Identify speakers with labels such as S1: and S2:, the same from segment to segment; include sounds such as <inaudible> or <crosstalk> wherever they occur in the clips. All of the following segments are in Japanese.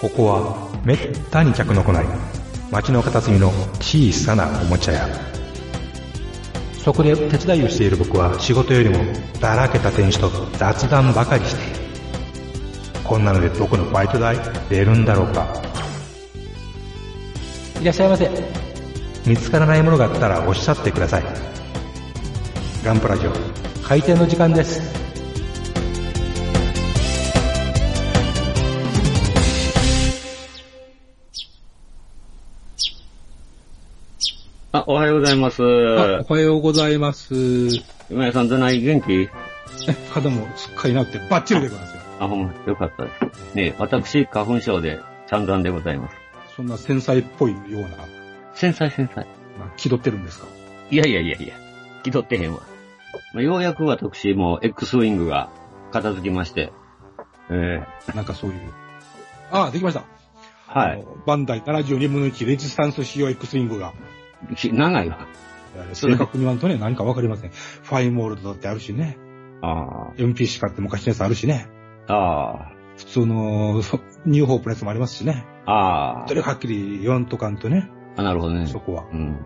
S1: ここはめったに客の来ない町の片隅の小さなおもちゃ屋そこで手伝いをしている僕は仕事よりもだらけた店主と雑談ばかりしてこんなので僕のバイト代出るんだろうか
S2: いらっしゃいませ。
S1: 見つからないものがあったらおっしゃってくださいガンプラジオ
S2: 開店の時間です。
S3: あ、おはようございます。
S4: あ、おはようございます。 <laughs>
S3: 今井さん、どない元気
S4: 肌もすっかりなくてバッチリでございますよ。
S3: あ、ほんま、よかったです。ねえ私、花粉症で、散々でございます。
S4: そんな繊細っぽいような、
S3: 繊細繊細。
S4: まあ、気取ってるんですか
S3: いやいやいやいや、気取ってへんわ。まあ、ようやく私、もう X ウィングが片付きまして、え
S4: なんかそういう。あ、できました。
S3: えは
S4: あの。バンダイ72分の1レジスタンス仕様 X ウィングが。
S3: い。き長いわ。それ
S4: 正確に言わんとね、何かわかりません。ファイモールドだってあるしね。
S3: あ
S4: MP しかって昔のやつあるしね。
S3: あ、あ
S4: 普通の、 <laughs> そニューホープのやつもありますしね。
S3: あ、ああ
S4: どれかはっきり言わんとかんとね、
S3: あ、なるほどね。
S4: そこは。
S3: うん。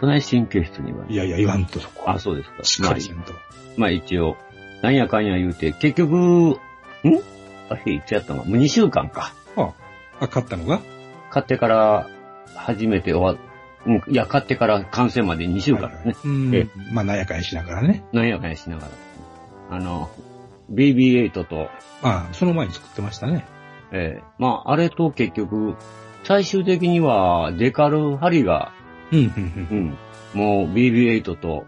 S3: そない神経質には。
S4: いやいや、言わんとそこは。
S3: あ、そうですか。
S4: しっかりせんと。
S3: まあ一応、なんやかんや言うて、結局、んあれ、いつやったのもう2週間か。
S4: あ、勝ったのが
S3: 買ってから、初めて終わ、うん、いや、買ってから完成まで2週間ですね。ええ
S4: うん。まあ、なんやかんやしながらね。
S3: なんやかんやしながら。あの、BB8 と、
S4: ああ、その前に作ってましたね。
S3: えーまあ、あれと結局、最終的には、デカルハリが、
S4: うん、うん、
S3: う、
S4: うん
S3: もう BB8 と、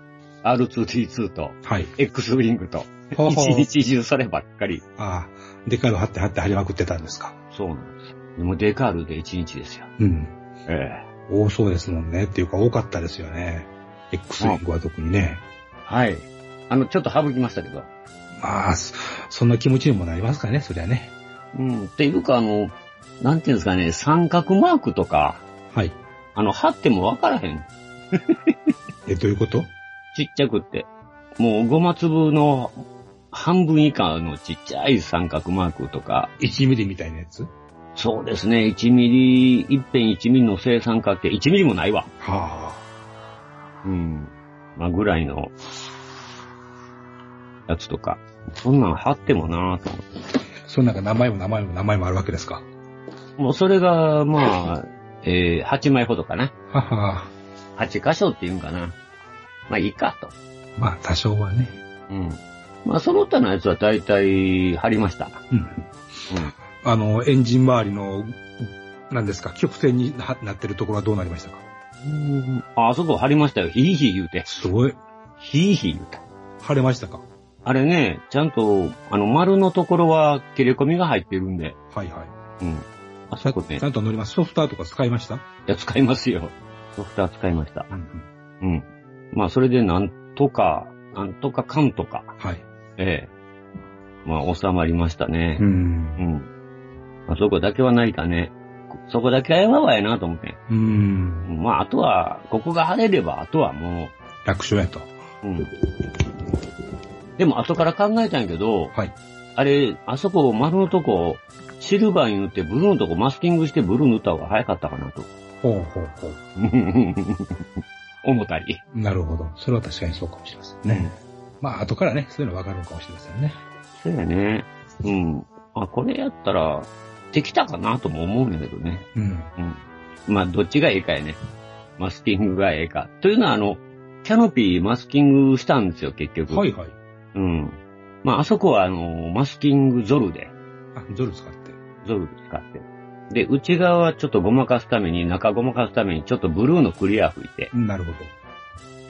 S3: R2T2 と、
S4: ん。はい。
S3: X ウィングと、
S4: ほ <laughs> うほう
S3: 一日中そればっかり。
S4: ああ、デカール貼って貼って貼りまくってたんですか。
S3: そうなんです。でもデカールで一日ですよ。
S4: うん。
S3: ええ
S4: 多そうですもんね。っていうか多かったですよね。X ウィングは特にね。
S3: はい。あの、ちょっと省きましたけど。
S4: まあ、そそんな気持ちにもなりますからね、そりゃね。
S3: うん。っていうか、あの、なんていうんですかね、三角マークとか、
S4: はい。
S3: あの、貼ってもわからへん。
S4: え、どういうこと
S3: ちっちゃくって。もう、ごま粒の半分以下のちっちゃい三角マークとか、
S4: ?1 ミリみたいなやつは
S3: そうですね、1ミリ、一辺1ミリの正三角形、1ミリもないわ。
S4: あ。
S3: うん。まあ、ぐらいの、やつとか。そんなん貼ってもなぁと思って。
S4: その中名前も名前も名前もあるわけですか。
S3: もう、それが、まあ、えー、8枚ほどかな。
S4: はは。
S3: 8箇所っていうんかな。まあいいかと。
S4: まあ、多少はね。
S3: うん。まあその他のやつは大体貼りました。
S4: うん。
S3: うん。
S4: あの、エンジン周りの、何ですか、曲線にななってるところはどうなりましたか
S3: ああそこ貼りましたよ。ヒーヒー言うて。
S4: すごい。
S3: ヒーヒー言うた。
S4: 晴れましたか
S3: あれね、ちゃんと、あの、丸のところは切れ込みが入ってるんで。
S4: はいはい。
S3: うん。あそこね
S4: ち、ゃんと乗ります。ソフターとか使いました
S3: いや使いますよ。ソフトは使いました。
S4: うんうん。
S3: うん。まあそれでなんとか、なんとかかんとか、
S4: はい。
S3: ええまあ収まりましたね。
S4: ん。
S3: うん。あそこだけはないかね。そこだけはやばわやなと思って。
S4: うん。
S3: まあ、あとは、ここが晴れれば、あとはも
S4: 楽勝やと。
S3: う、うん。でも、後から考えたんやけど、
S4: はい。
S3: あれ、あそこ、丸のとこ、シルバーに塗って、ブルーのとこマスキングしてブルー塗った方が早かったかなと。 <laughs>
S4: ほうほうほう。
S3: 思ったり。
S4: なるほど。それは確かにそうかもしれませんね。まあ、後からね、そういうの分かるのかもしれませんね。
S3: そうやね。うん。あ、これやったら、できたかなとも思うんやけどね。
S4: うん。
S3: うん。まあ、どっちがええかやね。マスキングがええか。というのは、あの、キャノピーマスキングしたんですよ、結局。
S4: はいはい。
S3: うん。まあ、あそこは、あの、マスキングゾルで、
S4: あ、ゾル使って。
S3: ゾル使って。で、内側はちょっとごまかすために、中ごまかすために、ちょっとブルーのクリア吹いて、
S4: うんなるほ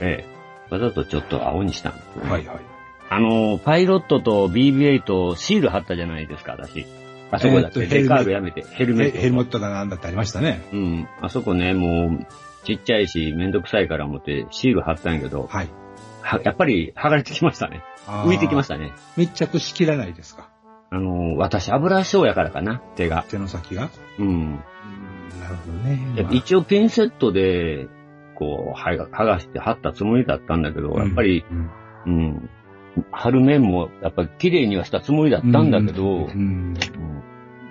S3: ええ。わざとちょっと青にしたんですよね
S4: ど。はい。はい。
S3: あの、パイロットと BB8 シール貼ったじゃないですか、私。あそこだって、
S4: えーっとヘルメット
S3: デカールやめて、ヘルメッ
S4: ヘ
S3: ト。
S4: ヘルメットだなんだってありましたね。
S3: うん。あそこね、もう、ちっちゃいし、めんどくさいから思って、シール貼ったんやけど、
S4: はい。。
S3: はやっぱり剥がれてきましたね。浮いてきましたたね。
S4: 密着しきらないですか
S3: あの、私油性やからかな、手が。
S4: 手の先が。
S3: う
S4: う
S3: ん。
S4: んなるほどね。まあ
S3: 一応ピンセットで、こう、剥が剥がして貼ったつもりだったんだけど、やっぱり、、
S4: うん
S3: うん。貼る面も、やっぱり綺麗にはしたつもりだったんだけど、
S4: うんうん
S3: うん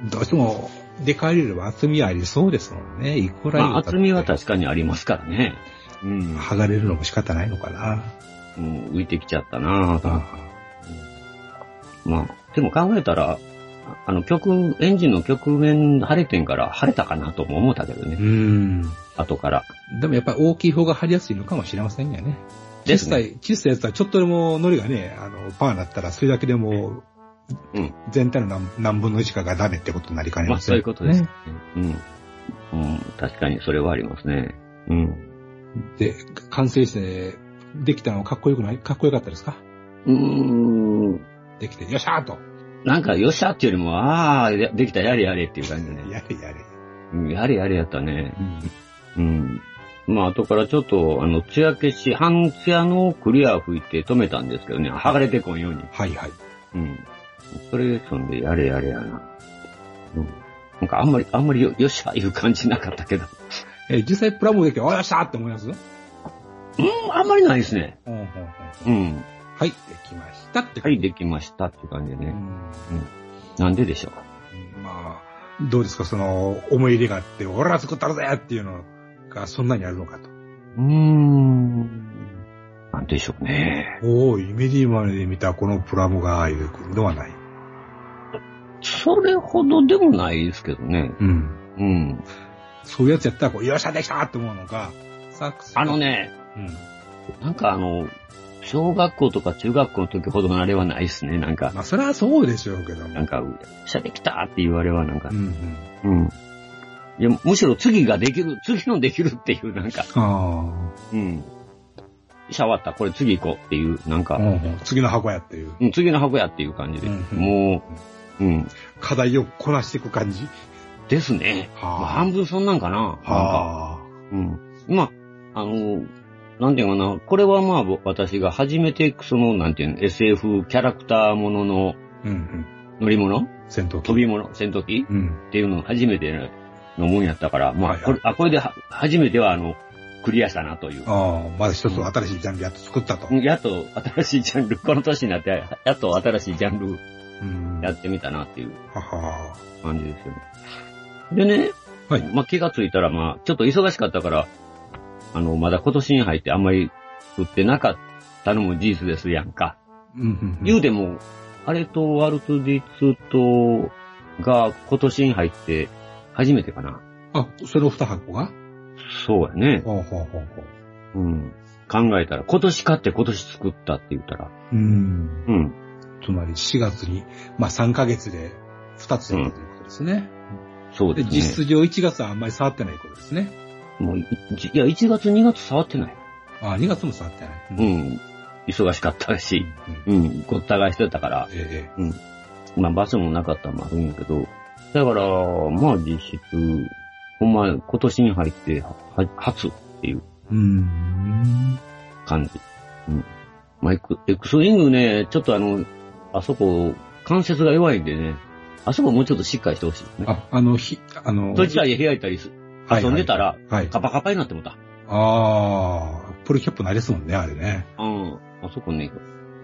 S4: どうしてもで帰れれば厚みありそうですもんね。イコラ
S3: ま
S4: イ
S3: あ、厚みは確かにありますからね。うん。
S4: 剥がれるのも仕方ないのかな。
S3: うん、浮いてきちゃったなぁと思って
S4: あ
S3: まあ、でも考えたら、ああの曲、エンジンの曲面晴れてんから晴れたかなとも思ったけど
S4: う
S3: ね、
S4: ん。
S3: 後から。
S4: でもやっぱり大きい方が貼りやすいのかもしれませんよね。
S3: で
S4: 小
S3: す
S4: さ
S3: ね。
S4: い、小さいやつはちょっとでもノリがね、あの、パーになったらそれだけでも、
S3: うん
S4: 全体の何何分の1かがダメってことになりかね
S3: ま
S4: ま
S3: あ
S4: せ
S3: そ
S4: ん、
S3: ういうことです、ね。うん。うん、確かにそれはありますね。うん。
S4: で、完成して、できたのかっこよくないかっこよかったですか
S3: うーん。
S4: できて、よっしゃーと。
S3: なんか、よっしゃっていうよりも、ああ、やできた、やれやれっていう感じでね。
S4: やれやれ。
S3: うんやれやれやったね。うん。まあ、後からちょっと、あの、ツヤ消し、半ツヤのクリア吹いて止めたんですけどね、剥がれてこんように。
S4: はいはい。
S3: うん。それですんで、やれやれやな。うん。なんかあんまり、あんまりよ、よっしゃ、いう感じなかったけど。
S4: えー実際プラモできて、およっしゃーって思いますうん
S3: うん、あんまりないですね。
S4: うんうん
S3: うん。
S4: はい、できましたって
S3: はい、
S4: 感じ。
S3: できましたって感じで
S4: う
S3: ね。
S4: ん
S3: なんででしょ
S4: まあ、どうですか、その、思い入れがあって、俺ら作ったるぜっていうのが、そんなにあるのかと。
S3: う。うーん。なんでしょうね。
S4: おお、イメディマネで見たこのプラモが、いうのはない。
S3: それほどでもないですけどね。
S4: うん。
S3: うん。
S4: そういうやつやったら、こう、よっしゃ、できたって思うのが、サックス。
S3: あの。ね、
S4: うん。
S3: なんかあの、小学校とか中学校の時ほどのあれはないですね。なんか、
S4: まあ、それはそうでしょうけど
S3: なん
S4: も。
S3: か、よっしゃできたって言われはなんか
S4: うん、うん。
S3: うん。いや、むしろ次ができる、次のできるっていう、なんか、
S4: あ
S3: うん。シャワーった、これ次行こうっていう、なん
S4: あ。
S3: か
S4: う、んうん次の箱やっていう。
S3: うん、次の箱やっていう感じで、
S4: うんうん
S3: もう、うん、
S4: 課題をこなしていく感じ。
S3: ですね。まあ、
S4: は
S3: 半分そんなんかな。なん
S4: あ。
S3: か、
S4: はあ。
S3: うん。まあ、あの、なんていうのかな、これはまあ、ぼ私が初めて、その、なんていうの、SF キャラクターものの
S4: うんうん。
S3: 乗り物
S4: 戦闘機。
S3: 飛び物戦闘機
S4: うん。
S3: っていうのを初めてのもんやったから、ま
S4: はい
S3: あ、
S4: はい
S3: これ、あ、これでは、初めては、あの、クリアしたなという。
S4: ああ、まだ一つ新しいジャンルやっと作ったと。
S3: うんやっと新しいジャンル、この年になって、やっと新しいジャンル
S4: うん
S3: やってみたなっていう
S4: はは
S3: 感じですよね。でね、
S4: はい
S3: まあ、気がついたら、まあ、ちょっと忙しかったから、あの、まだ今年に入ってあんまり売ってなかったのも事実ですやんか。
S4: うんうん
S3: 言うても、あれとワルト D2 とが今年に入って初めてかな。
S4: あ、その二箱が
S3: そうやね。
S4: ほうほうほうほう。
S3: うん。考えたら、今年買って今年作ったって言ったら、
S4: うん。
S3: うん。
S4: つまり4月に、まあ3ヶ月で2つやったということですね。
S3: そうで
S4: で、
S3: すね。
S4: 実質上1月はあんまり触ってないことですね。
S3: もうい、いや、1月、2月触ってない。
S4: あ、2月も触ってない。
S3: う
S4: うん。
S3: ん。忙しかったし、
S4: うん
S3: うん、ごった返してたから、
S4: え
S3: まあ、場所もなかったのもあるんやけど、だから、まあ、実質、ほんま、今年に入って、は、初っていう
S4: え。うん。
S3: 感じ。うん。まあ、エクエクスウィングね、ちょっとあの、あそこ、関節が弱いんでね、あそこもうちょっとしっかりしてほしいですね。
S4: あ、あの、ひ、あの、
S3: そいつらで開いたりす、
S4: はい
S3: 遊んでたら、
S4: はい。
S3: カパカパになってもうた。
S4: ああ、ポリキャップなりですもんね、あれね。
S3: うん。あそこね、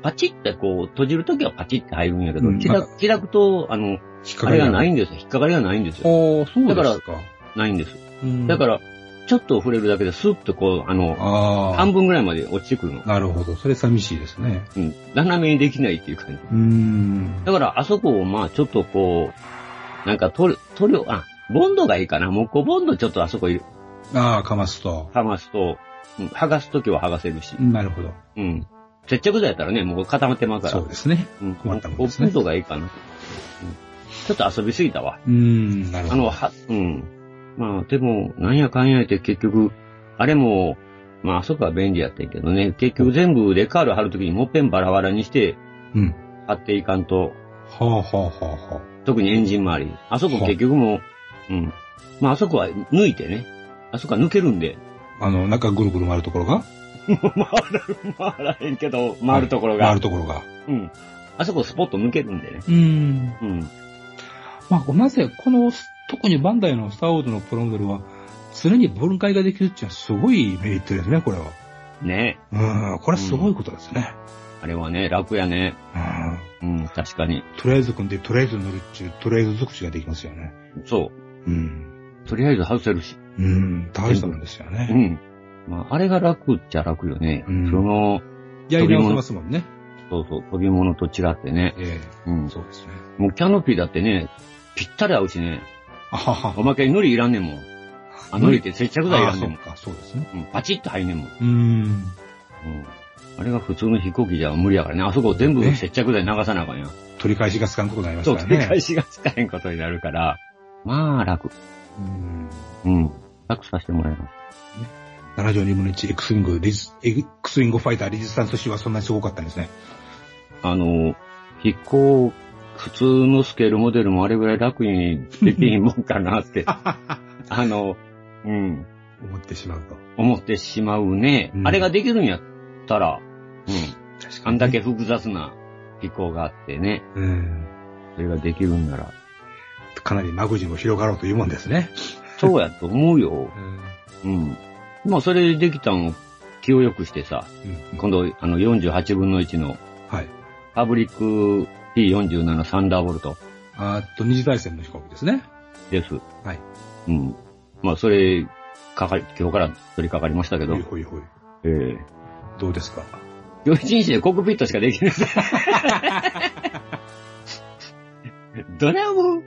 S3: パチってこう、閉じるときはパチって入るんやけど、
S4: うん
S3: 開く開くと、あの、
S4: 引っ
S3: あれがない
S4: あ
S3: んですよ。引っかかりがないんです
S4: あー、
S3: よ。
S4: そうですか。
S3: ないんです。
S4: うん
S3: だから、ちょっと触れるだけでスッとこう、あの、
S4: あ
S3: 半
S4: あ、
S3: 分ぐらいまで落ちてくるの。
S4: なるほど。それ寂しいですね。
S3: うん。斜めにできないっていう感じ。
S4: うん。
S3: だから、あそこをまあ、ちょっとこう、なんか、塗塗料、あ、ボンドがいいかな。木工ボンドちょっとあそこいる
S4: ああ、かますと。
S3: 剥がすと、うん剥がすときは剥がせるし。
S4: なるほど。
S3: うん。接着剤やったらね、もう固まってまうから。
S4: そうですね。
S3: うん、
S4: 困ったもん
S3: オ
S4: で
S3: ー
S4: す
S3: プ
S4: ね
S3: ンドがいいかな。うんちょっと遊びすぎたわ。
S4: うん、なる
S3: あ
S4: ほ
S3: の、
S4: ど。
S3: は、うん。まあ、でも、なんやかんや言って結局、あれも、まあ、あそこは便利やったんやけどね、結局全部デカール貼るときにもっぺんバラバラにして
S4: うん。
S3: 貼っていかんと、
S4: はあ、はあはあは
S3: 特にエンジン周り。あそこ
S4: は
S3: 結局もう、うん。まあ、あそこは抜いてね。あそこは抜けるんで、
S4: あ、あの、なんかぐるぐる回るところが
S3: 回ら、回らへんけど、回るところが。
S4: 回るところが。
S3: うん。あそこスポッと抜けるんでね。
S4: うん。
S3: うん。
S4: まあ、なぜ、この、特にバンダイのスターウォーズのプロモデルは、常に分解ができるっていうのはすごいメリットですね、これは。
S3: ね
S4: うん、これはすごいことですね。
S3: あれはね、楽やね。
S4: うん。
S3: うん、確かに。
S4: とりあえず組んで、とりあえず塗るっていう、とりあえず尽くしができますよね。
S3: そう。
S4: うん。
S3: とりあえず外せるし。
S4: うん。大したもんですよ
S3: う
S4: ね。
S3: ん。まあ、あれが楽っちゃ楽よね。
S4: うん
S3: その、
S5: やり直せますもんね。
S3: そうそう、飛び物と違ってね。
S4: え
S3: うん
S4: え。。そうですね。
S3: もうキャノピーだってね、ぴったり合うしね。
S4: あはは
S3: おまけに海苔いらんねんもん。あ、海苔って接着剤い
S4: あ
S3: ら
S4: あ、
S3: んね
S4: そ
S3: ん
S4: う
S3: もん。
S4: か、そうですね。
S3: うん、パチッと入んねんもん。
S5: うーん。
S3: うん。あれが普通の飛行機じゃ無理やからね。あそこ全部
S4: ね
S3: 接着剤流さなあかんやん。
S4: 取り返しがつかんことになります
S3: そ
S4: か
S3: う、
S4: らね。
S3: 繰り返しがつかへんことになるから。まあ、楽。
S4: うん。
S3: うん。楽させてもらいます。
S4: 72分の1、X ウィング、リズ、X ウィングファイター、レジスタンス誌はそんなにすごかったんですね。
S3: あの、飛行、普通のスケールモデルもあれぐらい楽にできひんもんかな
S4: <laughs>
S3: って、あの、うん、
S4: 思ってしまうと。
S3: 思ってしまうね。
S4: うん
S3: あれができるんやったら、うん、
S4: 確
S3: あんだけ。複雑な飛行があってね、
S4: うん。
S3: それができるんなら、
S4: かなり間口も広がろうというもんですね。
S3: そうやと思うよ。
S4: うん。
S3: うん。まあ、それでできたんを気を良くしてさ、今度、あの、48分の1の
S4: はい。
S3: パブリック P47 サンダーボルト
S4: あーっと、二次大戦の飛行機ですね。
S3: です。
S4: はい。
S3: うん。まあ、それ、かかり、今日から取り掛かりましたけど
S4: ほい、ほいほい。
S3: ええ
S4: どうですか
S3: ー。余人誌でコックピットしかできない。 <laughs> どれも、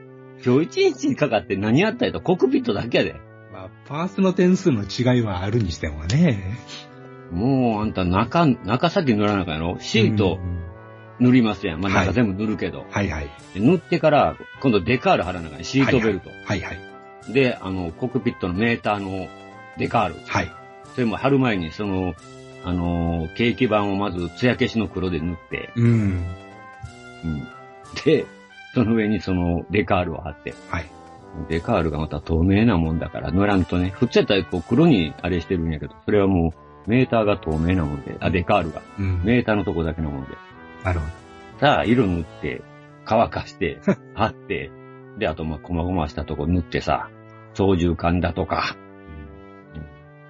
S3: 今日一日にかかって何やったりと、コックピットだけやで。
S4: まあ、パースの点数の違いはあるにしてもね。
S3: もう、あんた中、中先塗らなあかんやろシート
S4: うん
S3: 塗りますやん。まあ、
S4: はい
S3: 中全部塗るけど。
S4: はいはい。
S3: で塗ってから、今度デカール貼らなあかん。シートベルト。
S4: はいはい。
S3: で、あの、コックピットのメーターのデカール。
S4: はい。
S3: それも貼る前に、その、あのー、ケーキ板をまず、艶消しの黒で塗って、
S4: うん。
S3: うんで、その上にその、デカールを貼って、
S4: はい。
S3: デカールがまた透明なもんだから、塗らんとね、普通やったらこう黒にあれしてるんやけど、それはもう、メーターが透明なもんで、あ、デカールが、
S4: うん。
S3: メーターのとこだけなもんで。
S4: なるほ
S3: さあ、色塗って、乾かして、貼って、で、あと、まあ、細々したとこ塗ってさ、操縦桿だとか、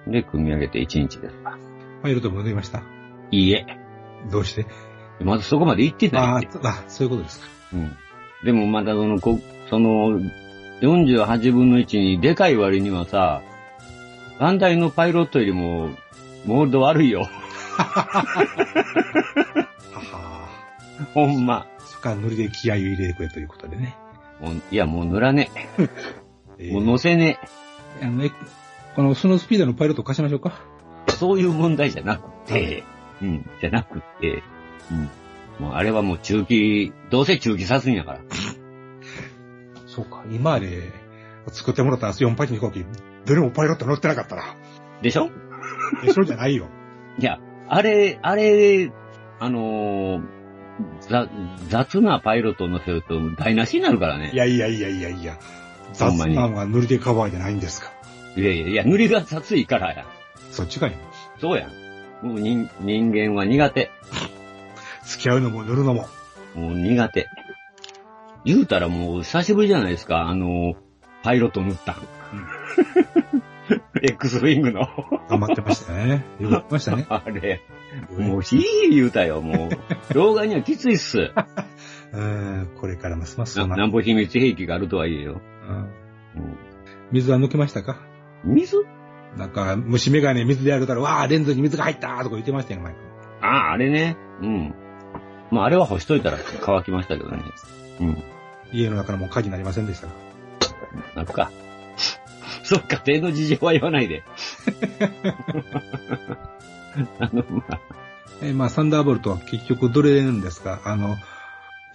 S3: で、組み上げて1日ですわ。
S4: ど。ファイルと戻りました。
S3: いいえ。
S4: どうして
S3: まずそこまで行ってない
S4: あ
S3: っ
S4: あ
S3: て。
S4: ー、あそういうことですか。
S3: うん。でもまだその、こその、48分の1にでかい割にはさ、バンダイのパイロットよりも、モールド悪いよ。 <laughs>
S4: はは
S3: ほんま。
S4: ーそっからノリで気合を入れてくれということでね。
S3: もういや、もう塗らね
S4: え
S3: え。
S4: ー
S3: もう乗せね
S5: あの、えこのスノースピードのパイロットを貸しましょうか。
S3: え。そういう問題じゃなくて、うん、じゃなくて、うん。もうあれはもう中期、どうせ中期さすんやから。
S4: そうか、今まで作ってもらった4パイの飛行機、どれもパイロット乗ってなかったな。
S3: でしょ
S4: え、そうじゃないよ。
S3: いや、あれ、あれ、あのーざ雑なパイロットを乗せると台無しになるからね。
S4: いやいやいやいやいや。雑
S3: <laughs> ほんまに
S4: なのが塗りでカバーじゃないんですか。
S3: いやいやいや、塗りが雑いからや。
S4: そっちがいい。
S3: そうやん。もう人人間は苦手。
S4: 付き合うのも塗るのも。
S3: もう苦手。言うたらもう久しぶりじゃないですか、あのーパイロット塗ったん。X ウィングの。
S4: 頑張ってましたね。 <laughs> よくやってましたね。
S3: <laughs> あれ、もうひー言うたよ、もう。老眼にはきついっす。
S4: うん、これからますますそ
S3: な
S4: うな
S3: なんぼ秘密兵器があるとはいえよ。
S4: うん
S3: うん
S4: 水は抜けましたか
S3: 水
S4: なんか、虫眼鏡水でやるたら、わあ、レンズに水が入ったとか言ってましたよ、前。
S3: ああ、あれね。うん。まあ、あれは干しといたら乾きましたけどね。うん。
S4: 家の中のもう火事になりませんでしたか
S3: なんか。 <laughs> そっか、手の事情は言わないで。あの、まあ、
S4: えーまあ、サンダーボルトは結局どれなんですかあの、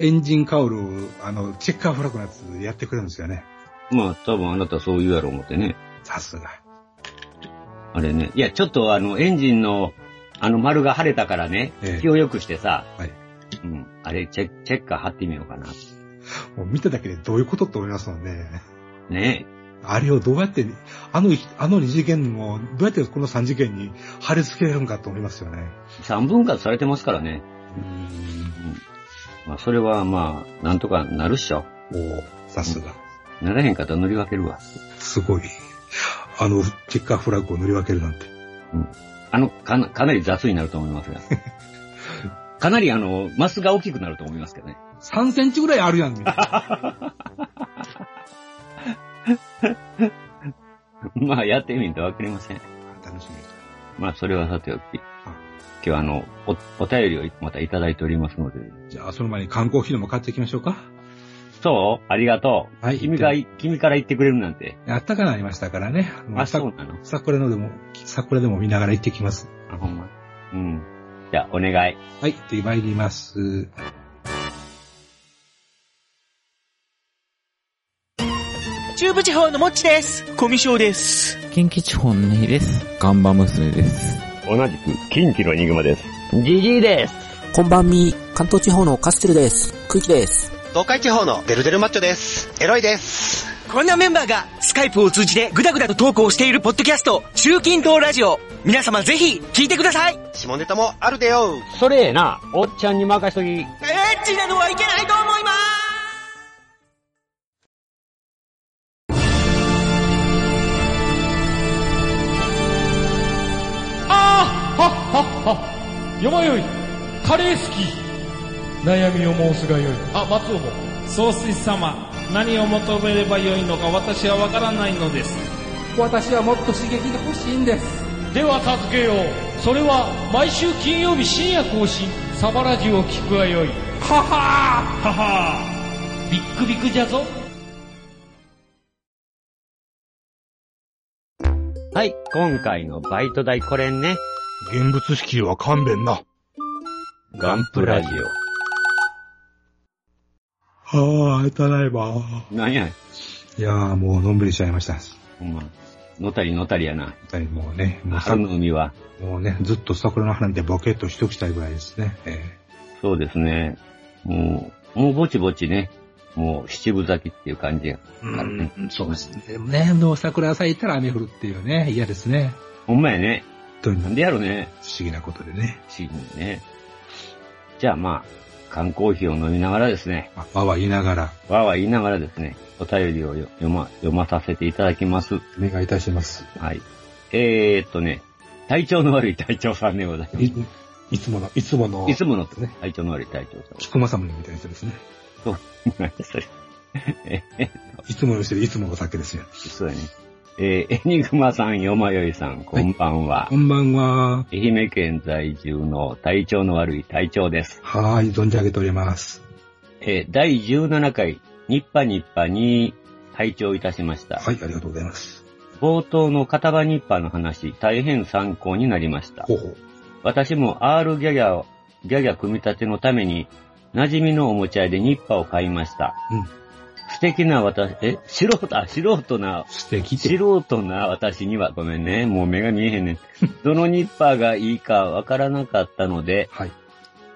S4: エンジンカウル、あの、チェッカーフラッグのやつやってくれるんですよね。
S3: まあ、多分あなたそう言うやろう思ってね。
S4: さすが。
S3: あれね。いや、ちょっとあの、エンジンの、あの丸が晴れたからね、
S4: ええ
S3: 気を良くしてさ、
S4: はい。
S3: うん。あれ、チェチェッカー貼ってみようかな。
S4: もう見ただけでどういうことって思いますもんね。
S3: ね
S4: あれをどうやって、あの、あの二次元をどうやってこの三次元に貼り付けれるんかと思いますよね。
S3: 三分割されてますからね。
S4: うー
S3: まあ、それはまあ、なんとかなるっしょ。
S4: ん。おーさすが。
S3: ならへんかったら乗り分けるわ。
S4: すごい。あの、チェッカーフラッグを塗り分けるなんて。
S3: あの、かな、かなり雑になると思います
S4: <laughs>
S3: が。かなりあの、マスが大きくなると思いますけどね。
S4: <laughs>
S5: 3センチぐらいあるやん、みたいな。
S3: まあ、やってみるとわかりません。
S4: 楽しみ。
S3: まあ、それはさておき、
S4: あ
S3: 今日はあの、お、お便りをまたいただいておりますので。
S4: じゃあ、その前に缶コーヒーでも買っていきましょうか。
S3: そうありがとう。
S4: はい
S3: 君が、君から言ってくれるなんて。
S4: あったかなりましたからね。も
S3: あ、
S4: さ
S3: そうなの
S4: 桜のでも、桜でも見ながら行ってきます。
S3: あ、ほんま。うん。じゃあ、お願い。
S4: はい、で、参ります。
S2: 中部地方のもっちです。コミショです。
S6: 近畿地方のネギです。ガンバ娘です。
S3: 同じく、近畿のエニグマです。
S7: ジジイです。
S8: こんばんみ、関東地方のカステルです。空気です。
S9: 東海地方のデルデルマッチョです。エロいです。
S2: こんなメンバーがスカイプを通じてグダグダとトークをしているポッドキャスト、中近東ラジオ。皆様ぜひ聞いてください。エ
S9: 下ネタもあるでよ。
S3: それえな、おっちゃんに任しとき。
S2: ッチなのはいけないと思います。
S10: ああはっはっはよまよいカレー好き悩みを申すがよいあ松尾も総帥様何を求めればよいのか私はわからないのです私はもっと刺激が欲しいんですでは助けようそれは毎週金曜日深夜更新サバラジを聞くがよいははーははービックビックじゃぞ
S3: はい、今回のバイト代これね。
S4: 現物指揮は勘弁な。
S3: ガンプラジ
S4: はあ、ただいま。
S3: オ。なんや、
S4: いやー、もうのんびりしちゃいました。
S3: ほんま。のたりのたりやな。
S4: 二人もうね、もうさ
S3: 春の海は。
S4: もうね、ずっと桜の花見てボケっとしときたいぐらいですね。え
S3: そうですね。もう、もうぼちぼちね。もう七分咲きっていう感じや。
S4: えそうですね。でもね、もう桜咲いたら雨降るっていうね、嫌ですね。
S3: ほんまやね。
S4: というの
S3: な
S4: は
S3: ん
S4: ね
S3: でやろね。
S4: 不思議なことでね。
S3: チームね。じゃあまあ、缶コーヒーを飲みながらですね。
S4: まあ、わわ言いながら、
S3: わーわー言いながらですね、お便りをよ読ま、読まさせていただきます。
S4: お願いいたします。
S3: はい。えー、っとね、体調の悪い隊長さんでございま
S4: いいつもの、いつもの
S3: す。いつもの
S4: ね
S3: 体調の悪い隊長さん。
S4: 菊間さむみたいな人ですね。
S3: 何それ。ええ、
S4: いつもの人でいつものお酒ですよ。
S3: そうやね。 <laughs> えー、エニグマさん、よまよいさん、こんばんは。
S4: こんばんは。
S3: 愛媛県在住の体調の悪い隊長です。
S4: はーい、存じ上げております。
S3: えー、第17回、ニッパニッパに拝聴いたしました。
S4: はい、ありがとうございます。
S3: 冒頭の片場ニッパーの話、大変参考になりました。
S4: ほうほう。
S3: 私も R ギャギャを、ギャギャ組み立てのために、馴染みのおもちゃ屋でニッパーを買いました。
S4: うん
S3: 素敵な私、え、素人、あ、素人な、
S4: 素敵って。
S3: 素人な私には、ごめんね、もう目が見えへんね
S4: <laughs>
S3: ん。どのニッパーがいいかわからなかったので、
S4: はい。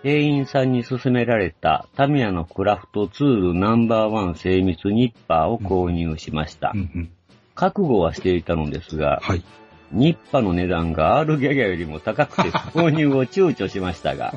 S3: 店員さんに勧められたタミヤのクラフトツールナンバーワン精密ニッパーを購入しました。
S4: うんうん。
S3: 覚悟はしていたのですが、
S4: はい。
S3: ニッパの値段が R ギャギャよりも高くて購入を躊躇しまし
S4: <laughs>
S3: たが、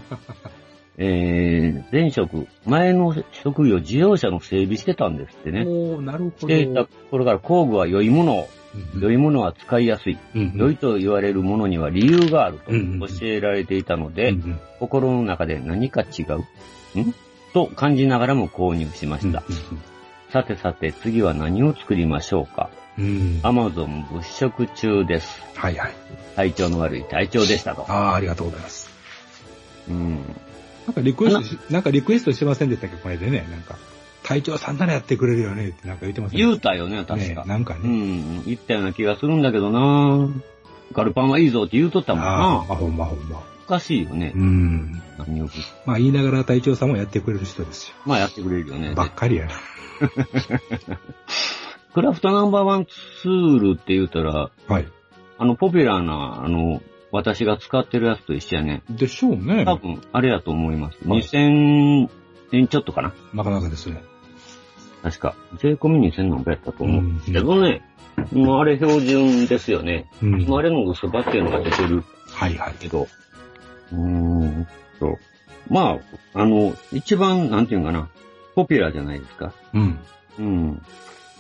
S3: えー、前職、前の職業、自動車の整備してたんですってね。
S4: おー、なる
S3: し
S4: ほ
S3: ていた頃から工具は良いものを、
S4: うん
S3: 良いものは使いやすい、
S4: うん
S3: 良いと言われるものには理由があると
S4: うん
S3: 教えられていたの
S4: う
S3: で、
S4: ん
S3: 心の中で何か違う、んと感じながらも購入しま
S4: うん
S3: した。さてさて、次は何を作りましょうか。
S4: うんうん。
S3: アマゾン物色中です。
S4: はいはい。
S3: 体調の悪い体調でしたと。
S4: あー、ありがとうございます。
S3: うん。
S4: なんかリクエストし、なんかリクエストしてませんでしたっけ、これでね。なんか、隊長さんならやってくれるよねってなんか言ってません
S3: 言
S4: う
S3: うたよね、確
S4: ね
S3: か。
S4: なんか
S3: う
S4: ね。
S3: ん。言ったような気がするんだけどなガルパンはいいぞって言うとったもん
S4: あ
S3: な。
S4: ーあ、ほんまほんま。
S3: おかしいよね
S4: う。ん。
S3: 何を聞い
S4: まあ言いながら隊長さんもやってくれる人です
S3: まあやってくれるよね
S4: よ。。ばっかりや。
S3: クラフトナンバーワンツールって言うたら、
S4: はい。
S3: あの、ポピュラーな、あの、私が使ってるやつと一緒やね。
S4: でしょうね。
S3: 多分、あれやと思います。
S4: はい
S3: 2000円ちょっとかな。
S4: なかなかですね。
S3: 確か。税込み2000何百やったと思う。
S4: うん
S3: けどね、もうあれ標準ですよね。
S4: うん。
S3: もうあ
S4: は
S3: れの薄ばっていうのが出てる
S4: いはい。
S3: けど、うーんと、まあ、あの、一番、なんていうんかな、ポピュラーじゃないですか。
S4: うん。
S3: うん。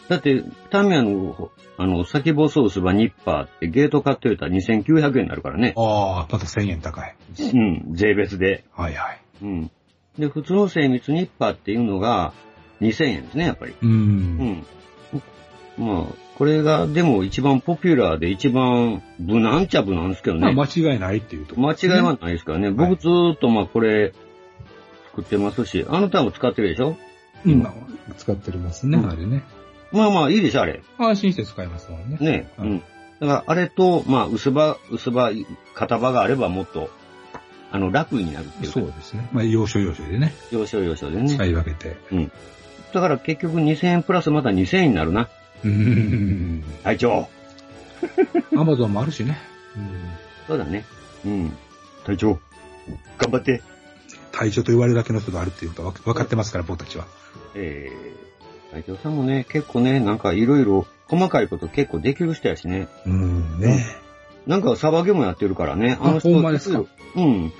S3: だって、タミヤの、あの、先細薄葉ニッパーってゲート買ってると2900円になるからね。
S4: ああ、また1000円高い。
S3: うん、税別で。
S4: はいはい。
S3: うん。で、普通の精密ニッパーっていうのが2000円ですね、やっぱり。
S4: う。
S3: うんん。まあ、これが、でも一番ポピュラーで一番無難っちゃ無難ですけど
S4: まあ
S3: ね。
S4: 間違いないっていうとこ
S3: 間違いはないですからね。僕ずーっとまあこれ作ってますし、あなたも使ってるでしょ
S4: 今は
S1: 使ってますね。
S4: うんあれね。
S3: まあまあいいでしょ、あれ。
S4: 安心して使えますもんね。
S3: ね。
S4: うん
S3: うん。だからあれと、まあ薄刃、薄刃、片刃があればもっと、あの、楽になるっていうか
S1: そう、ですね。
S4: まあ要所要所でね、
S3: 要所要所でね。
S4: 使い分けて。
S3: だから結局2000円プラスまた2000円になるな。
S1: うん。
S3: 隊長。
S4: アマゾンもあるしね。
S3: そうだね。うん。隊長。頑張って。
S1: 体調と言われるだけの人があるっていうことは分かってますから、僕たちは。
S3: えー、隊長さんもね、結構ね、なんかいろいろ細かいこと結構できる人やしね。
S1: うん、ね。
S3: なんかサバゲもやってるからね。
S4: あ、
S3: 人
S4: ほんまですか。
S3: うん。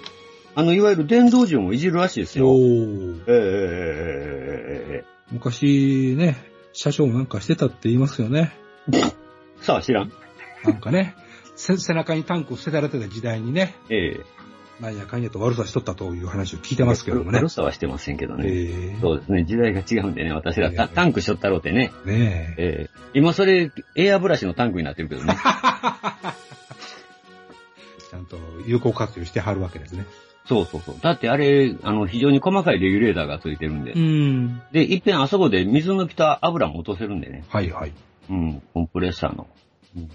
S3: あの、いわゆる電動銃もいじるらしいですよ。
S4: ー
S3: えー、えー、えーえーえ
S4: 昔ね、車掌なんかしてたって言いますよね。
S3: ーさあ、知らん。
S4: なんかね、 <laughs> せ背中にタンクを捨てられてた時代にね、
S3: ええー。
S4: なんやかんやと悪さしとったという話を聞いてますけどもね。
S3: 悪さはしてませんけど
S4: え
S3: ね。そうですね。時代が違うんでね、私ら。
S4: いやいや
S3: タタンクしょったろうってね。
S4: えねえ。
S3: ええ今それ、エアブラシのタンクになってる
S4: <laughs>
S3: けどね。
S4: ちゃんと有効活用してはるわけですね。
S3: そうそうそう。だってあれ、あの、非常に細かいレギュレーターがついてるんで。
S4: ん。
S3: で、いっぺんあそこで水抜きと油も落とせるんでね。
S4: はいはい。
S3: うん、コンプレッサーの。うん、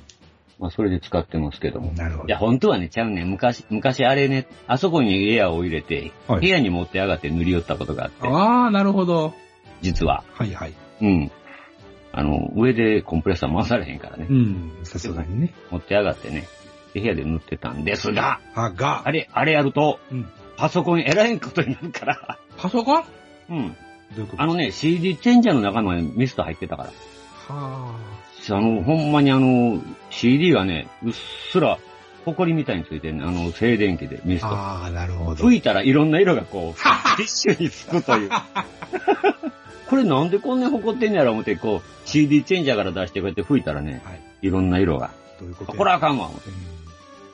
S3: まあ、それで使ってますけども。
S4: なるほ
S3: いや、
S4: ど。
S3: 本当はね、ちゃうね。昔、昔あれね、あそこにエアを入れて、
S4: はい
S3: 部屋に持って上がって塗り寄ったことがあって、
S4: ああ、なるほど。
S3: 実は。
S4: はいはい。
S3: うん。あの、上でコンプレッサー回されへんからね
S4: う。ん、さすがにね。
S3: 持って上がってね、で部屋で塗ってたんですが、
S4: あ、が、
S3: あれ、あれやると、
S4: うん
S3: パソコンえらいことになるから、 <laughs>
S4: パソコン
S3: うん。
S4: どういうこと
S3: あのね、CD チェンジャーの中までミスト入ってたから。
S4: は
S3: あの、ほんまにあの、CD がね、うっすら、埃みたいについてんね、あの、静電気でミスト。
S4: あ。ああ、なるほど。
S3: 吹いたらいろんな色がこう、ティッシュにつくという。これなんでこんなに誇ってんねやろ思って、こう、CD チェンジャーから出してこうやって吹いたらね、、
S4: はい
S3: ろんな色が。
S4: どういうこと
S3: あ
S4: や
S3: これあかんわ、思って
S4: うん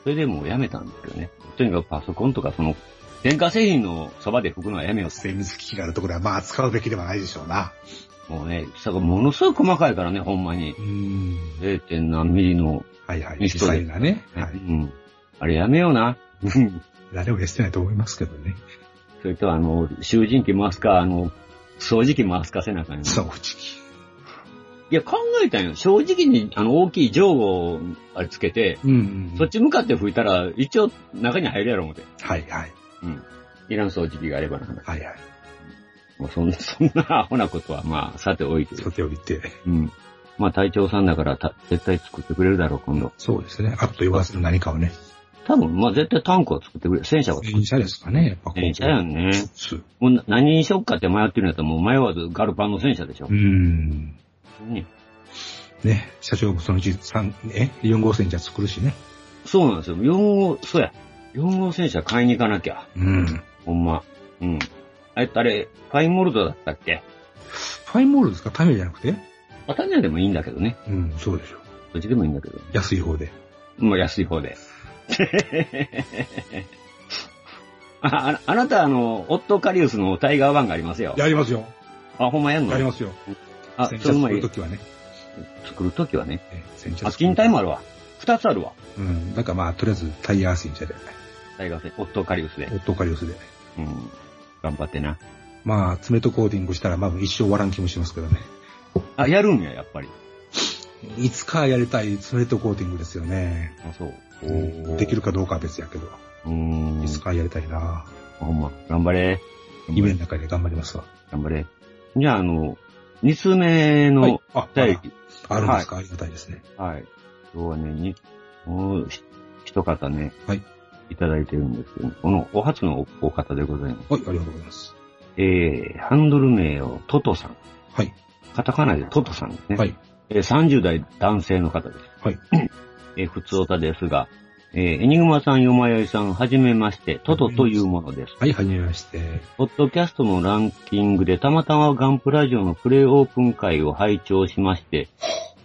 S3: それでもうやめたんですけどね。とにかくパソコンとかその、電化製品のそばで吹くのはやめよう
S1: 精密機器があるところは、まあ、使うべきではないでしょうな。
S3: もうね、下がものすごく細かいからね、ほんまに。
S4: うん。
S3: 0. 何ミリの、
S1: はいはい。
S3: ミス
S1: 実
S3: トで
S1: 際がね。は
S3: う
S1: い。
S3: ん。あれやめような。
S1: 誰もやしてないと思いますけどね。
S3: それとあの、囚人機回すか、あの、掃除機回すかせなあかんよね
S1: そう、不知機。
S3: いや、考えたんよ。正直に、あの、大きい上下を、あれつけて、
S4: うんうん。
S3: そっち向かって吹いたら、一応、中に入るやろ、思って。
S1: はいはい。
S3: うん。いらん掃除機があればな話。
S1: はいはい。
S3: もうそんな、そんなアホなことは、まあ、さておいて。
S1: とておいて。
S3: うん。まあ、隊長さんだから、た絶対作ってくれるだろう、今度。
S1: そうですね。あっと言わず何かをね。
S3: 多分、まあ、絶対タンクは作ってくれる。戦車は作ってくれ
S4: 電車で
S3: る。
S4: すかね、やっぱこう。
S3: 戦車やんね。
S1: そう
S3: もうな何にしよっかって迷ってるんやったら、もう迷わずガルパンの戦車でしょ
S1: う。ん。
S3: ね
S1: ね。社長もそのうち三え、4号線じゃ作るしね。
S3: そうなんですよ。4号、そうや。4号戦車買いに行かなきゃ。
S1: うん。
S3: ほんま。うん。えっと、あれ、ファインモルドだったっけ
S1: ファインモールですかタミヤじゃなくて
S3: またねでもいいんだけどね。
S1: うん、そうでしょう。
S3: どっちでもいいんだけど。
S1: 安い方で。
S3: もう安い方で。 <laughs> ああ、あなた、あの、オットカリウスのタイガーワンがありますよ。
S1: やりますよ。
S3: あ、ほんまやんの
S1: やりますよ。
S3: あ、
S1: 洗車
S3: その
S1: す
S3: 前
S1: る
S3: に
S1: ときはね。
S3: 作るときはね。
S1: え洗車
S3: あ、
S1: する
S3: 金タイもあるわ。二つあるわ。
S1: うん。なんかまあ、とりあえずタイヤ洗車で。
S3: タイガー戦、オットカリウスで
S1: オ。ットーカリオスで。
S3: うん。頑張ってな。
S1: まあ、爪とコーティングしたら、まあ、一生終わらん気もしますけどね。
S3: あ、やるんや、やっぱり。
S1: いつかやりたい爪とコーティングですよね。
S3: あ、そう。
S1: うんできるかどうかは別やけど。
S3: うーん
S1: い。つかやりたいな。
S3: ほんま。頑張れ。
S1: 夢の中で頑張りますわ。
S3: 頑張れ。じゃあ、あの、二通目の、
S1: はい。あ、
S3: お便り
S1: あるんですか、ありがたいですね。
S3: はい。今日はね、に、もう、ひ一方ね、
S1: はい。
S3: いただいてるんですけど、このお初のお方でございます。
S1: はい、ありがとうございます。
S3: えー、ハンドル名をトトさん。
S1: はい。
S3: カタカナでトトさんですね。
S1: はい。
S3: えー、30代男性の方です。
S1: はい。
S3: えー、普通おたですが、えー、エニグマさん、よまよいさん、はじめまして、トトというものです。
S1: はい、はじめまして。
S3: ポッドキャストのランキングでたまたまガンプラジオのプレイオープン会を拝聴しまして、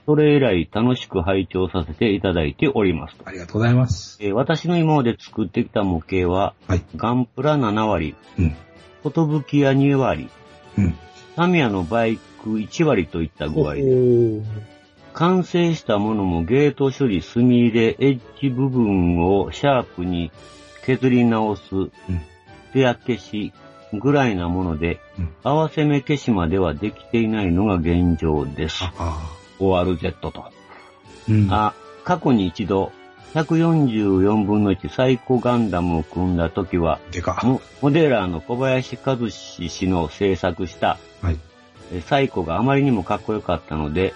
S3: それ以来楽しく拝聴させていただいております。
S1: ありがとうございます。
S3: えー私の今まで作ってきた模型は、
S1: はい
S3: ガンプラ7割、
S1: うん
S3: ことぶき屋2割、
S1: うん。
S3: タミヤのバイク1割といった具合で、
S4: おー
S3: 完成したものもゲート処理、墨入れ、エッジ部分をシャープに削り直す、手当けしぐらいなもので、
S1: うん
S3: 合わせ目消しまではできていないのが現状です。
S1: あ
S3: ORZ と。
S4: うん。
S3: あ、過去に一度、144分の1最高ガンダムを組んだ時は、
S1: あ、でか。
S3: モモデラーの小林和志氏の制作した、
S1: はい。
S3: えサイコがあまりにもかっこよかったので、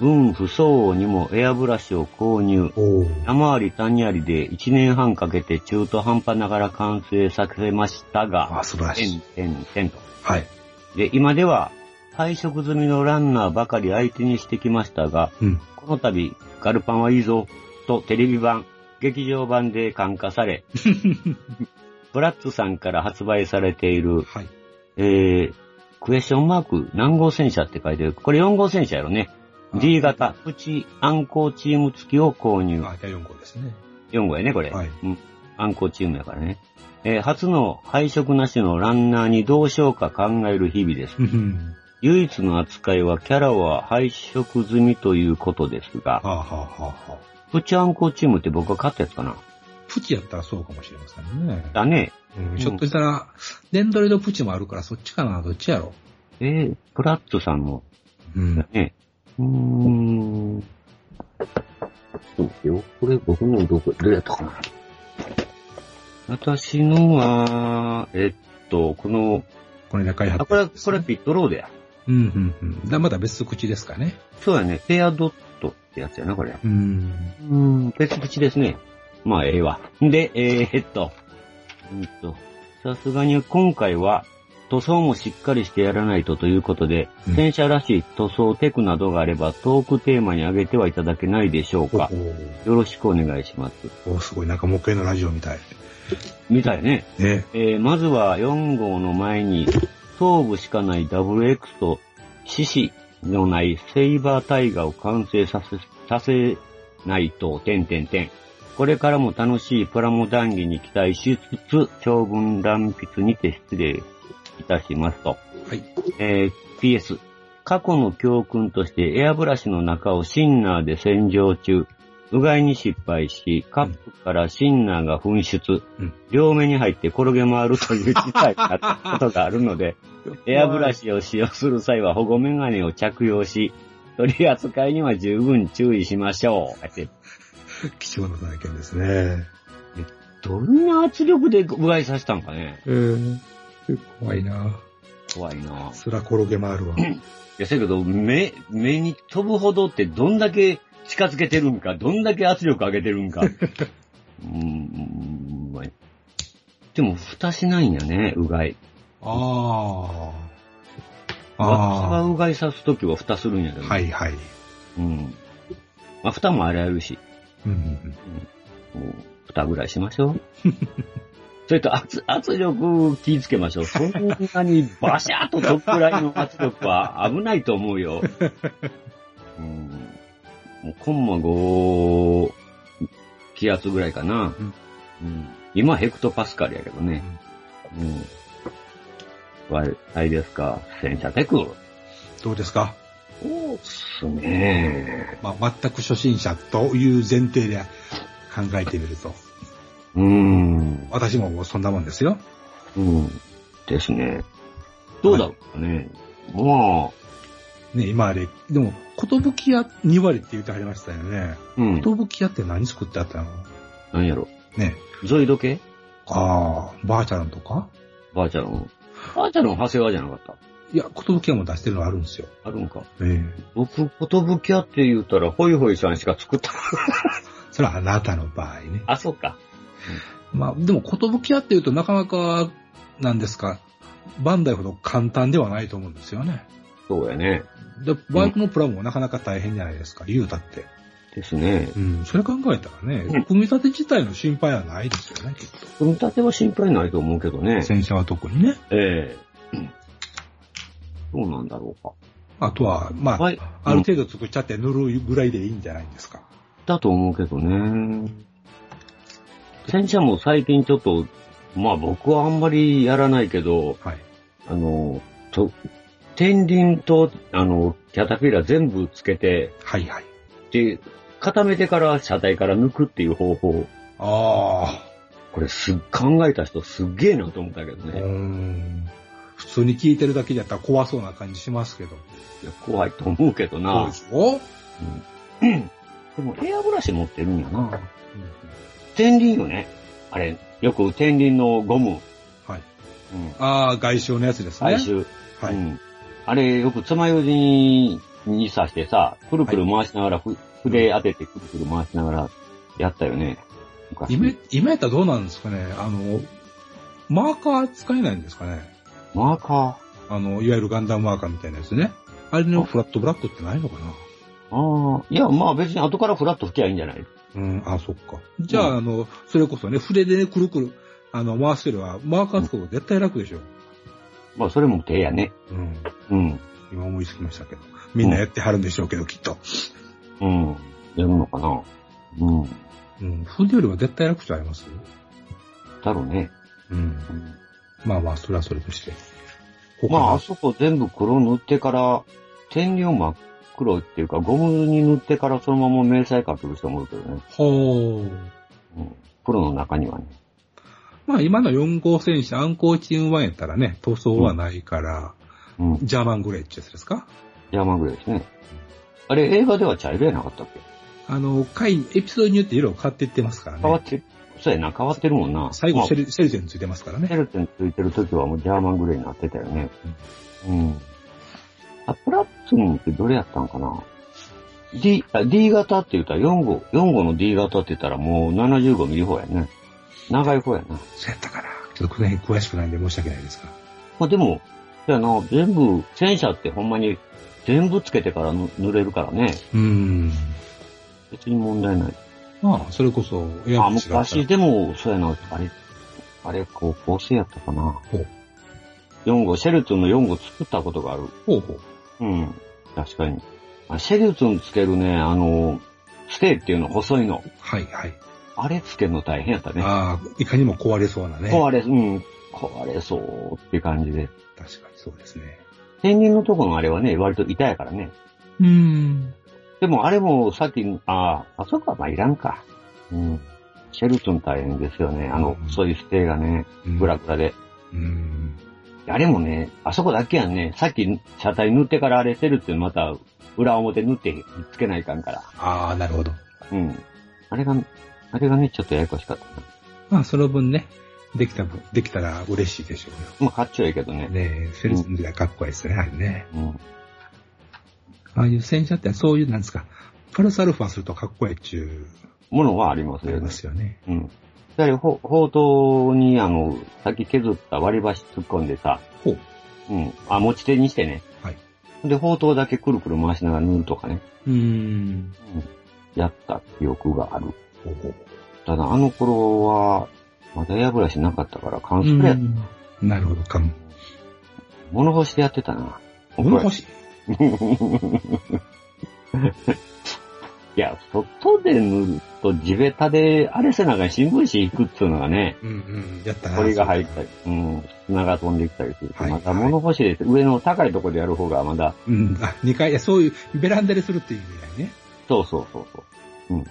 S3: 分不相応にもエアブラシを購入。
S1: おお。
S3: 山あり谷ありで1年半かけて中途半端ながら完成させましたが、
S1: あ、素晴らしい。
S3: 点点点と。
S1: はい。
S3: で、今では退職済みのランナーばかり相手にしてきましたが、
S1: うん。
S3: この度、ガルパンはいいぞ、とテレビ版、劇場版で感
S1: <laughs>
S3: 化され、ブラッツさんから発売されている、
S1: はい。
S3: えー、クエスチョンマーク何号戦車って書いてある。これ4号戦車やろね。D 型、プチ、暗号チーム付きを購入。
S1: あ、第4号ですね。
S3: 4号やね、これ。
S1: はい
S3: うん。暗号チームやからね。えー初の配色なしのランナーにどうしようか考える日々です。
S1: うん。
S3: 唯一の扱いはキャラは配色済みということですが、
S1: はあ、はあはあは
S3: プチアンコチームって僕が勝ったやつかな
S1: あ、プチやったらそうかもしれませんね。
S3: だね。
S1: うん
S4: ちょっとしたら、年取りのプチもあるから、そっちかな、どっちやろ。
S3: えー、プラッツさんも。
S1: うん。
S3: ね。うーん。ちょっと待ってよ。これ僕のどこ、どうやったかな私のは、えっと、この、
S1: これで開
S3: あ、
S1: 発。
S3: これ、これピットロードや。
S4: うん、うん、うん。だまだ別口ですかね。
S3: そうやね。ペアドットってやつやな、これ。
S1: うん。
S3: うん、別口ですね。まあ、ええわ。で、えー、っと、うんと、さすがに今回は、塗装もしっかりしてやらないとということで、
S1: うん
S3: 戦車らしい塗装テクなどがあればトークテーマに挙げてはいただけないでしょう
S1: お
S3: か。よろしくお願いします。
S1: おおすごい。なんか模型のラジオみたい。
S3: みたいね。
S1: ね。
S3: えー、まずは4号の前に、頭部しかない WX と獅子のないセイバータイガーを完成させ、させないと、点点点。これからも楽しいプラモ談義に期待しつつ、長文乱筆にて失礼いたしますと。
S4: はい。
S3: えー PS。過去の教訓としてエアブラシの中をシンナーで洗浄中、うがいに失敗し、カップからシンナーが噴出、
S1: うん
S3: 両目に入って転げ回るという事態になったことがあるの <laughs> で、エアブラ
S1: シ。
S3: シを使用する際は保護メガネを着用し、取り扱いには十分注意しましょう。って
S1: 貴重な体験ですね。
S3: どんな圧力でうがいさせたんかね
S1: うん。怖いな
S3: 怖いなぁ。
S1: すら転げ回るわ。
S3: いや、せやけど、目、目に飛ぶほどってどんだけ近づけてるんか、どんだけ圧力上げてるん <laughs> か。うーん、まあでも、蓋しないんやね、うがい。
S1: ああ。
S3: 私は
S1: あ
S3: うがいさすときは蓋するんやけ
S1: あ。
S3: ど。
S1: はいはい。
S3: うん。まあ、蓋も洗えるし、
S1: うんうん
S3: もう、蓋ぐらいしましょう。それと圧、圧力気ぃつけましょう。そんなにバシャーとどっくらいの圧力は危ないと思うよ。うん。もうコンマ5気圧ぐらいかな。
S1: うん
S3: うん今ヘクトパスカルやけどね。うん。わい、あれですか。戦車テク。
S1: どうですか
S3: そうっすね。
S1: まあ、全く初心者という前提で考えてみると。
S3: うん。
S1: 私ももうそんなもんですよ。
S3: うん。ですね。どうだろうかね。まあ、
S1: ね、今あれ、でも、ことぶき屋2割って言ってはりましたよね。
S3: うん
S1: ことぶき屋って何作ってあったの
S3: 何やろ。
S1: ね。
S3: ゾイド系
S1: ああ、バーチャルとか
S3: バーチャルの。バーチャルの長谷川じゃなかっ
S1: いや、ことぶき屋も出してるのあるんですよ。
S3: た。あるんか。
S1: ええ
S3: 僕、ことぶき屋って言うたら、ホイホイさんしか作った。 <laughs>
S1: それはあなたの場合ね。
S3: あ、そっか。
S4: まあ、でも、ことぶき屋っていうとなかなか、なんですか、バンダイほど簡単ではないと思うんですよね。
S3: そうやね。
S4: で、
S1: バイクのプラモもなかなか大変じゃないですか、言うたって。
S3: ですね。
S1: うん、それ考えたら
S3: うん
S1: ね、組み立て自体の心配はないですよね、きっ
S3: 組み立ては心配ないと思うけどね
S1: と。。戦車は特にね。
S3: え <clears throat> えうん。どうなんだろうか。
S1: あとは、まあ、
S3: はい
S1: ある程度作っちゃって塗るぐらいでいいんじゃないですか。
S3: だと思うけどね。戦車も最近ちょっと、まあ僕はあんまりやらないけど、
S1: はい。
S3: あの、と、天輪と、あの、キャタピラ全部つけて、
S1: はいはい。
S3: って、固めてから車体から抜くっていう方法。
S4: あ
S3: これすっ、考えた人すっげえなと思ったけど
S4: あ。う
S3: ね。
S4: ん。普通に聞いてるだけだったら怖そうな感じしますけど。
S3: いや怖いと思うけどな。
S4: そうでしょ
S3: でもエアブラシ持ってるんやな。天輪よね。あれ、よく天輪のゴム。
S4: はい。
S3: うん。
S4: ああ、外傷のやつですね。
S3: 最終。
S4: は
S3: う
S4: い。
S3: ん。あれ、よく爪楊枝に刺してさ、くるくる回しながら、ふ筆当ててくるくる回しながらやったよね。昔。
S4: 今、今やったらどうなんですかねあの、マーカー使えないんですかね
S3: マーカ
S4: あの、いわゆるガンダムマーカーみたいなやつね。あれのフラットブラックってないのかな
S3: ー。ああ。いや、まあ別に後からフラッと吹きゃいいんじゃない
S4: うん、あ、そっか。じゃあ、あの、それこそね、筆でね、くるくる、あの、回すよりは、マーカー使う方が絶対楽でしょ。
S3: まあそれも手やね。
S4: うん。
S3: うん。
S4: 今思いつきましたけど。みんなやってはるんでしょうけど、きっと。
S3: うん。やるのかなうん。
S4: うん。筆よりは絶対楽ちゃいます
S3: だろうね。
S4: うん。
S3: うん
S4: まあまあ、それはそれとして。
S3: まあ、
S4: 他
S3: あそこ全部黒塗ってから、天領真っ黒っていうか、ゴムに塗ってからそのまま明細書ける人もいるけどね。
S4: ほう。
S3: うん。黒の中にはね。
S4: まあ、今の4号戦士、アンコーチン1やったらね、塗装はないから、
S3: うん。
S4: ジャーマングレーってやつですか
S3: 山ぐらいですね。あれ、映画では茶色やなかったっけ
S4: あの、回、エピソードによって色を変わっていってますから
S3: 変わっ
S4: ね。
S3: て、そうやな、変わってるもんな。
S4: 最後、シ
S3: シ
S4: ェル、シェルジェンついてますからね。
S3: ェルテンついてる時はもうジャーマングレーになってたよね。うん。あ、プラッツムってどれやったんかな ?D、あ、D 型って言ったら4号、4号の D 型って言ったらもう75ミリ方やね。長い方やな。
S4: そうやったかな。ちょっとこの辺詳しくないんで申し訳ないですが。
S3: まあでも、いやな、全部、戦車ってほんまに全部つけてからぬ塗れるからね。
S4: うーん。
S3: 別に問題ない。
S4: まあ、それこそ、エア
S3: あ、
S4: ブラシがあったら
S3: 昔でも、そうやな、あれ、あれ、高校生やったかな
S4: ほう。
S3: 4号、シェルツンの4号作ったことがある。
S4: ほうほう。
S3: うん。確かに。あシェルツンつけるね、あの、ステーっていうの細いの。
S4: はいはい。
S3: あれつけるの大変やったね。
S4: ああ、いかにも壊れそうなね。
S3: 壊れ、うん、壊れそうって感じで。
S4: 確かにそうですね。
S3: 天人のとこのあれはね、割と痛やからね。
S4: うーん。
S3: でもあれもさっき、ああ、あそこはまあいらんか。うん。シェルトン大変ですよね。あの
S4: う、ん
S3: そういうステーがね、グラグラで。
S4: うーん。
S3: あれもね、あそこだけやんね。さっき車体塗ってからあれシェルトンまた裏表塗ってつけないかんから。
S4: ああ、なるほど。
S3: うん。あれが、あれがね、ちょっとややこしかったな。
S4: まあ、その分ね、できた分、できたら嬉しいでしょ
S3: まあ、かっちょいいけど
S4: うよ。
S3: ね。
S4: ねえ、セルスの時代かっこいいですね、あれね。
S3: うん。
S4: ああいう戦車ってそういう、なんですか、プラスアルファするとかっこいいっちゅ
S3: ものはあります
S4: う、あ
S3: よ
S4: り
S3: ね
S4: ま。すよね。
S3: うん。やはり、ほ砲塔に、あの、さっき削った割り箸突っ込んでさ、
S4: ほう。
S3: うん。あ、持ち手にしてね。
S4: はい。
S3: で、砲塔だけくるくる回しながら塗るとかね。
S4: うーん。
S3: やった記憶がある。
S4: ほうほう。
S3: ただ、あの頃は、まだエアブラシなかったから、缶スプレー、
S4: なるほど、かん。
S3: 物干しでやってたな。
S4: 物干し。
S3: <laughs> いや、外で塗ると地べたで、あれせなが新聞紙引くっていうのがね、
S4: うんうん。やったな
S3: 鳥が入ったり、うん、砂が飛んできたりすると。
S4: はい
S3: また物干しで、上の高いところでやる方がまだ、
S4: うん。あ、二階、いやそういう、ベランダでするっていう意味ね。
S3: そうそうそうそう。うん。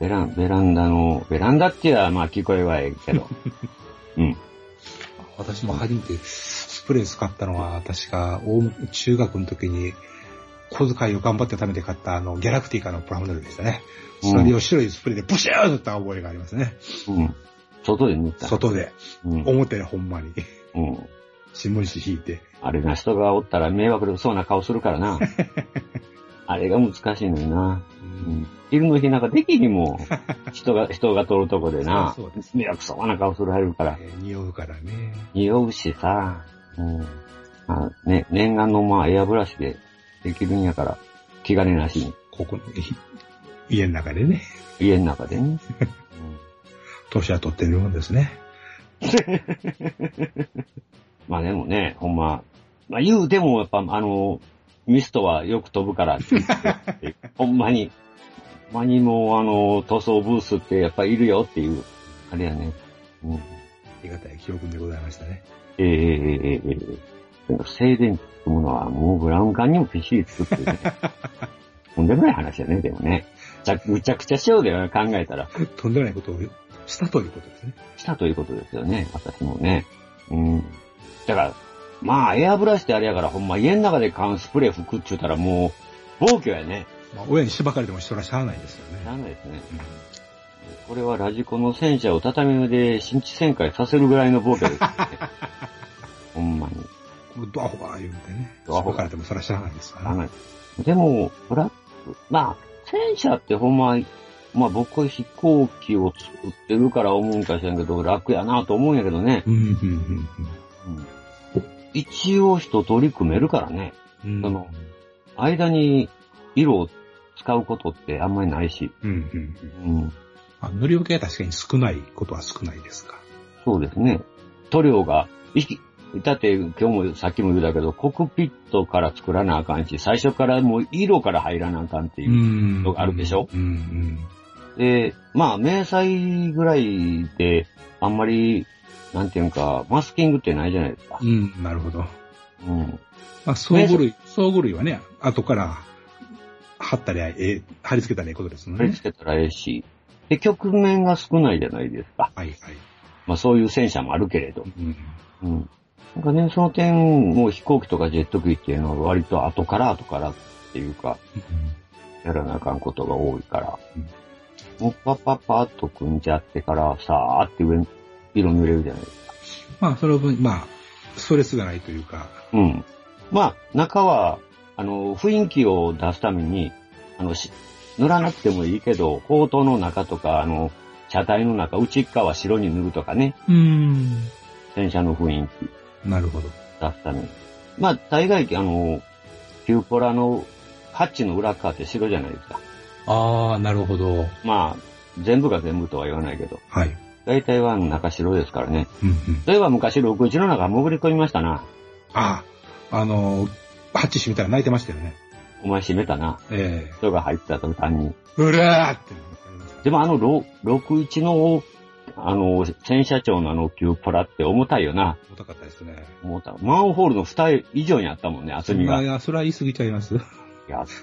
S3: ベラン、ベランダの、ベランダっていうのはまあ聞こえはええ
S4: <laughs>
S3: けど。うん。
S4: 私も初めてスプレー使ったのは、確か、大中学の時に、小遣いを頑張って貯めて買った、あの、ギャラクティカのプラモデルでしたね。
S3: うん
S4: それを白いスプレーでブシューッと打った覚えがありますね。
S3: うん。外で塗った。
S4: 外で、
S3: うん。
S4: 表でほんまに、
S3: うん。
S4: 新聞紙引いて。
S3: あれな人がおったら迷惑そうな顔するか
S4: <laughs>
S3: らな。あれが難しいのにな。うん。昼の日なんかできにも、
S4: <laughs>
S3: 人が、人が通るとこでな、
S4: そうです
S3: 迷惑そうな顔するはるから、
S4: えー匂うからね。
S3: 匂うしさ、うん。まあね、念願のまあエアブラシでできるんやから、気兼ねなしに、
S4: ここの、ひ家の中でね、
S3: 家の中
S4: <laughs>
S3: でね。うん
S4: 年は取ってるもんですね。
S3: まあでもね、ほんま、まあ言うてもやっぱあの、ミストはよく飛ぶからって
S4: <laughs>
S3: 言って、ほんまに、ほんまにもうあの、塗装ブースってやっぱいるよっていう、あれやね。うん、
S4: ありがたい記憶でございましたね。
S3: ええええええええ静電気つくものはもうブラウン管にもピシリつくっていうね。とんでもない話やね、でもね。ちゃ、むちゃくちゃしようだよな、考えたら。
S4: とんでもないことをしたということですね。
S3: したということですよね、私もね。うん。だから、まあ、エアブラシってあれやから、ほんま家の中で缶スプレー吹くっちゅうたらもう、暴挙やね。
S4: まあ、親にしばかれても人らしゃあないですよね。
S3: なんないですね。これはラジコの戦車を畳で新地旋回させるぐらいの暴挙ですね。ほんまに。
S4: ドアホが言うんでね。し
S3: ドアホ
S4: ば
S3: が
S4: かれてもそらしゃあないですから
S3: あ
S4: ね。
S3: のでも、ブラック、まあ、戦車ってほんま、まあ僕は飛行機を作ってるから思うんかしらんけど、楽やなと思うんやけどね。
S4: うん、うん、
S3: 一応人取り組めるからね。
S4: うんうん。
S3: その間に色を使うことってあんまりないし。
S4: うん、うん。
S3: うん。
S4: まあ、塗り分けは確かに少ないことは少ないですか。
S3: そうですね。塗料が、いき、だって今日もさっきも言うたけど、コックピットから作らなあかんし、最初からもう色から入らなあかんっていう。
S4: ん
S3: のがあるでしょ
S4: うん、うん。
S3: で、まあ、明細ぐらいで、あんまり、なんていうんか、マスキングってないじゃないですか
S4: う。ん、なるほど。
S3: うん。
S4: まあ、相互類、相互類はね、後から貼ったりゃええ、貼り付けたらええことですもん
S3: それ
S4: ね
S3: つ。けたらええし。で、局面が少ないじゃないですか。
S4: はい、はい。
S3: まあ、そういう戦車もあるけれど。
S4: うん。
S3: うん。なんかね、その点、もう飛行機とかジェット機っていうのは割と後から後からっていうか、やらなあかんことが多いから
S4: うん、
S3: もうパッパッパッと組んじゃってから、さーって上に色塗れるじゃないですか。
S4: まあ、その分、まあ、ストレスがないというか、
S3: うん。まあ、中は、あの、雰囲気を出すために、あの、し塗らなくてもいいけど、コートの中とか、あの、車体の中、内っ側は白に塗るとかね、
S4: うん。
S3: 戦車の雰囲気
S4: なるほど。
S3: 出すために。まあ、大概、あの、キューポラのハッチの裏側って白じゃないですか。
S4: ああ、なるほど。
S3: まあ、全部が全部とは言わないけど、
S4: はい。
S3: 大体は中白ですからね。
S4: うんうん。
S3: 例えば昔、6時の中潜り込みましたな。
S4: ああ、あのー、ハッチ閉めたら泣いてましたよね。
S3: お前閉めたな。
S4: え
S3: 人が入った途端に。
S4: えうらーって。
S3: でもあの、ろ61の、あの、戦車長のあの、キュープラって重たいよな。
S4: 重たかったですね。
S3: 重たい。マンホールの2以上にあったもんね、厚み
S4: まあ
S3: が。
S4: い
S3: や
S4: や、それは言い過ぎちゃいます。
S3: っ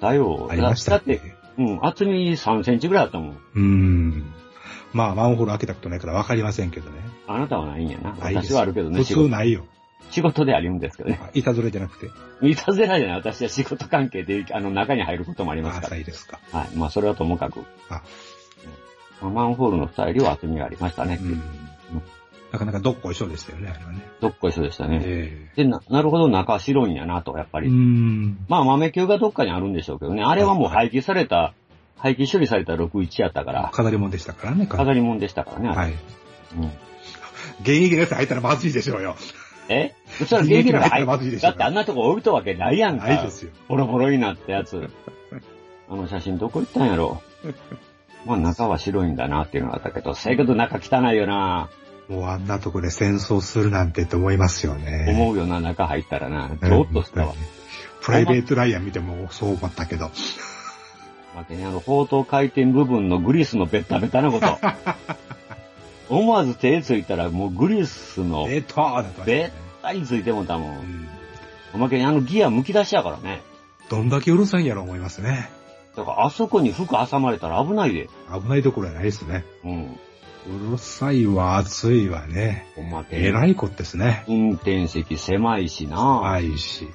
S3: たよ。
S4: ありました
S3: だだって、うん、厚み3センチぐらいあったもん。
S4: うん。まあ、マンホール開けたことないから分かりませんけどね。
S3: あなたはないんやな。
S4: ないです
S3: 私はあるけどね、
S4: 普
S3: 仕
S4: 通
S3: 事。
S4: ないよ。
S3: 仕事でありうんですけどね。
S4: あいたずれじゃなくて。
S3: いたずらじゃない。私は仕事関係で、あの、中に入ることもあります
S4: あ
S3: か
S4: 浅いですか。
S3: ら。はい。まあ、それはともかく。
S4: あ
S3: うんまあマンホールの2よりは厚みがありましたね
S4: う。ん。なかなかどっこいしょでしたよね、あれはね。
S3: どっこいしょでしたね。
S4: え
S3: で、な、なるほど、中白いんやなと、やっぱ
S4: え
S3: り。
S4: うん。
S3: まあ、豆球がどっかにあるんでしょうけどね。あれはもう廃棄された、廃棄処理された61やったから、
S4: 飾り物でしたからね、
S3: 飾り物でしたからね、あれ
S4: はい。
S3: うん
S4: 現役のやつ入ったらまずいでしょうよ。
S3: えそしたら現役の
S4: 入った
S3: 廃
S4: らまずい
S3: 棄
S4: でしょ
S3: だってあんなとこ置いたわけないやんか。
S4: ないですよ。
S3: ボロボロになったやつ。あの写真どこ行ったんや
S4: <laughs>
S3: ろ。まあ中は白いんだなっていうのがあったけど、せやけど中汚いよな。
S4: もうあんなとこで戦争するなんてって思いますよね。
S3: 思うよな、中入ったらな。ゾッとしたわ。
S4: プライベートライアン見てもそう思ったけど。
S3: まけね、あの、砲塔回転部分のグリスのベッタベタ
S4: <laughs>
S3: なこと。思わず手ついたらもうグリスの
S4: ベターだと、
S3: べったりついてもたも。
S4: うんん。
S3: おまけにあのギア剥き出しやからね。
S4: どんだけうるさいんやろ思いますね。
S3: だからあそこに服挟まれたら危ないで。
S4: 危ないところはないですね。
S3: うん。
S4: うるさいわ、暑いわね。
S3: おまけに。
S4: 偉い子ですね。
S3: 運転席狭いしな。
S4: 怖いし。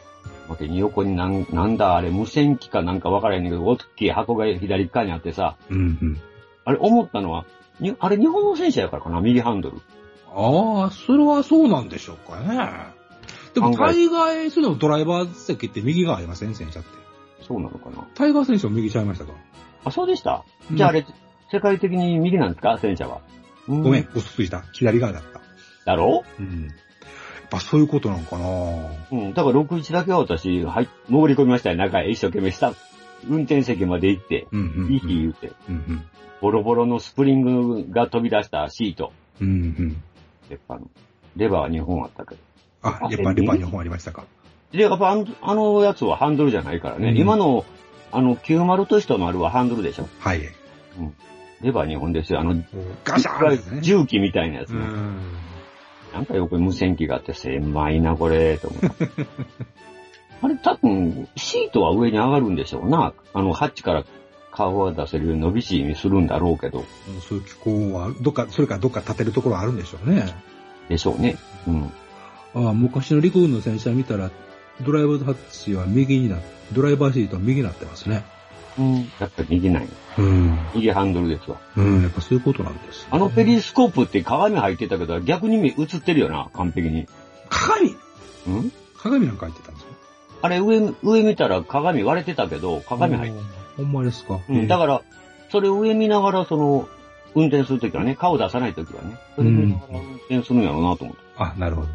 S3: おまけに横になん、なんだあれ、無線機かなんかわからへんねんけど、大きい箱が左側にあってさ。
S4: うんうん。
S3: あれ思ったのは、にあれ日本の戦車やからかな、右ハンドル。
S4: ああ、それはそうなんでしょうかね。でも
S3: 案外
S4: 大概、そのドライバー席って右側ありません戦車って。
S3: そうなのかな。
S4: タイガー選手も右ちゃいましたか
S3: あ、そうでした。じゃああ
S4: れ、
S3: れ、世界的に右なんですか戦車は。う
S4: ごめん、。嘘ついた。左側だった。
S3: だろ
S4: うん。やっぱそういうことなのかな
S3: うん。だから61だけは私、はい、潜り込みましたよ。中へ一生懸命した。運転席まで行って、
S4: うんうんうん。
S3: いい言うて、
S4: うん
S3: ボロボロのスプリングが飛び出したシート。
S4: うん。うんうん。
S3: やっぱあの、レバーは2本あったけど。
S4: あ、やっぱりレバーに本ありましたか。
S3: で、やっぱあのあのやつはハンドルじゃないからね。
S4: うん
S3: 今の、あの、90としてのあるはハンドルでしょ。
S4: はい。
S3: レバー2本ですよ。あの、
S4: ガシャーンですね。
S3: 重機みたいなやつ
S4: う
S3: ね、
S4: ん。
S3: なんか横に無線機があって、狭いな、これ、と思
S4: <laughs>
S3: って。あれ、多分、シートは上に上がるんでしょうな。あの、ハッチから顔は出せるように伸び縮みするんだろうけど、
S4: うんそういう気候は、どっか、それからどっか立てるところはあるんでしょうね。
S3: でしょうね。うん。
S11: ああ、昔の陸軍の戦車見たら、ドライバーハッチは右にな、ドライバーシートは右になってますね。
S3: うん。やっぱ右ない。
S11: うん。
S3: 右ハンドルですわ。
S11: うん、やっぱそういうことなんです、
S3: あのペリスコープって鏡入ってたけど、逆に目映ってるよな、完璧に。
S4: 鏡
S3: うん
S4: 鏡なんか入ってたんですよ。
S3: あれ上、上見たら鏡割れてたけど、鏡入って
S11: うんほんまですか。
S3: うん、だから、それを上見ながら、その、運転するときはね、顔出さないときはね、それ見ながら運転するんやろうなと思って。
S4: あ、なるほど。